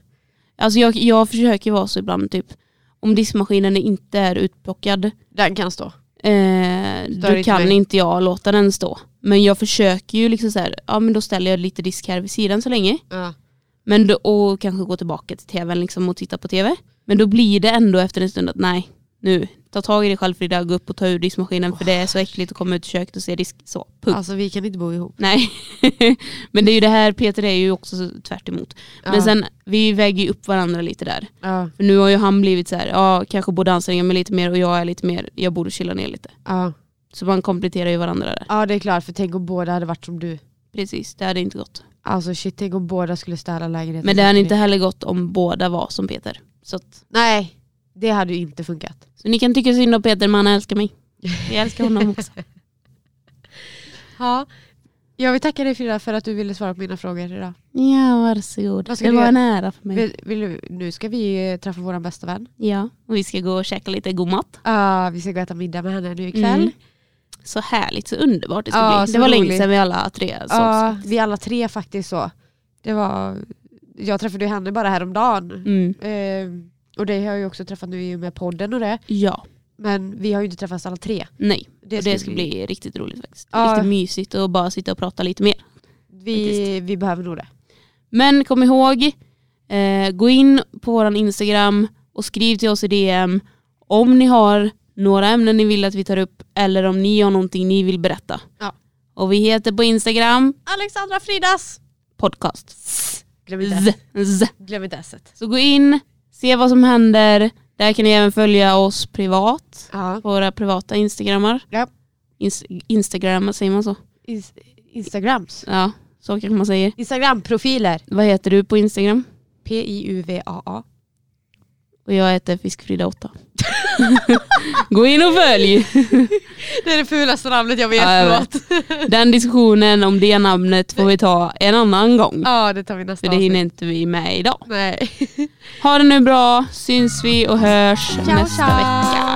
Speaker 1: Alltså jag, jag försöker vara så ibland typ. Om diskmaskinen inte är utplockad,
Speaker 2: Den kan stå.
Speaker 1: eh,
Speaker 2: Stör
Speaker 1: då
Speaker 2: inte
Speaker 1: kan
Speaker 2: mig.
Speaker 1: inte jag låta den stå. Men jag försöker ju liksom så här, ja men då ställer jag lite disk här vid sidan så länge.
Speaker 2: Ja.
Speaker 1: Men då, och kanske gå tillbaka till tvn liksom och titta på tv. Men då blir det ändå efter en stund att nej, nu, ta tag i dig själv Frida, gå upp och ta ur diskmaskinen för det är så äckligt att komma ut i köket och se disk så. Punkt.
Speaker 2: Alltså vi kan inte bo ihop.
Speaker 1: Nej, men det är ju det här, Peter är ju också så- tvärt emot. Men
Speaker 2: Ja.
Speaker 1: sen, vi väger ju upp varandra lite där.
Speaker 2: Ja.
Speaker 1: För nu har ju han blivit så här, ja kanske borde anstränga mig lite mer och jag är lite mer, jag borde chilla ner lite.
Speaker 2: Ja.
Speaker 1: Så man kompletterar ju varandra där.
Speaker 2: ja det är klart, för tänk om båda hade varit som du.
Speaker 1: Precis, det hade inte gått.
Speaker 2: Alltså shit, tänk om båda skulle städa lägenheten.
Speaker 1: Men det hade inte heller gått om båda var som Peter. Så, att,
Speaker 2: Nej, det hade ju inte funkat.
Speaker 1: så ni kan tycka synd om Peter men han älskar mig. Jag älskar honom också.
Speaker 2: Ja. Jag vill tacka dig Frida för att du ville svara på mina frågor idag.
Speaker 1: Ja varsågod,
Speaker 2: Vad ska
Speaker 1: det
Speaker 2: du
Speaker 1: var
Speaker 2: göra?
Speaker 1: en ära för mig.
Speaker 2: Vill, vill, du- nu ska vi eh, träffa vår bästa vän.
Speaker 1: Ja, och vi ska gå och käka lite god mat.
Speaker 2: Ja, vi ska gå och äta middag med henne nu ikväll.
Speaker 1: Mm. Så härligt, så underbart det ska
Speaker 2: Ja,
Speaker 1: bli.
Speaker 2: så
Speaker 1: Det var länge
Speaker 2: roligt.
Speaker 1: sedan vi alla tre sågs.
Speaker 2: Ja, vi alla tre faktiskt så. Det var, jag träffade ju henne bara häromdagen.
Speaker 1: Mm.
Speaker 2: Eh, och det har jag ju också träffat nu i och med podden och det.
Speaker 1: Ja,
Speaker 2: Men vi har ju inte träffats alla tre.
Speaker 1: nej.
Speaker 2: Det
Speaker 1: och det ska bli riktigt roligt faktiskt.
Speaker 2: Ja.
Speaker 1: Riktigt mysigt och bara sitta och prata lite mer.
Speaker 2: Vi, vi behöver nog det.
Speaker 1: Men kom ihåg, eh, gå in på vår Instagram och skriv till oss i DM om ni har några ämnen ni vill att vi tar upp eller om ni har någonting ni vill berätta.
Speaker 2: Ja.
Speaker 1: Och vi heter på Instagram
Speaker 2: Alexandra Fridas!
Speaker 1: podcast.
Speaker 2: Glöm inte,
Speaker 1: Z, z.
Speaker 2: glöm inte esset.
Speaker 1: Så gå in, se vad som händer. Där kan ni även följa oss privat
Speaker 2: Ja.
Speaker 1: på våra privata instagrammar.
Speaker 2: Ja.
Speaker 1: Ins- instagrammar, säger man så?
Speaker 2: Ins- Instagrams.
Speaker 1: Ja, så kanske man säger.
Speaker 2: Instagramprofiler.
Speaker 1: Vad heter du på Instagram?
Speaker 2: P-I-U-V-A-A.
Speaker 1: Och jag heter Fiskfrida8. Gå in och följ!
Speaker 2: Det är det fulaste namnet jag vet,
Speaker 1: Ja, jag vet.
Speaker 2: förlåt.
Speaker 1: Den diskussionen om det namnet får vi ta en annan gång.
Speaker 2: Ja, det tar vi nästa
Speaker 1: För det hinner
Speaker 2: avsnitt.
Speaker 1: inte vi med idag.
Speaker 2: Nej.
Speaker 1: Ha det nu bra, syns vi och hörs nästa vecka.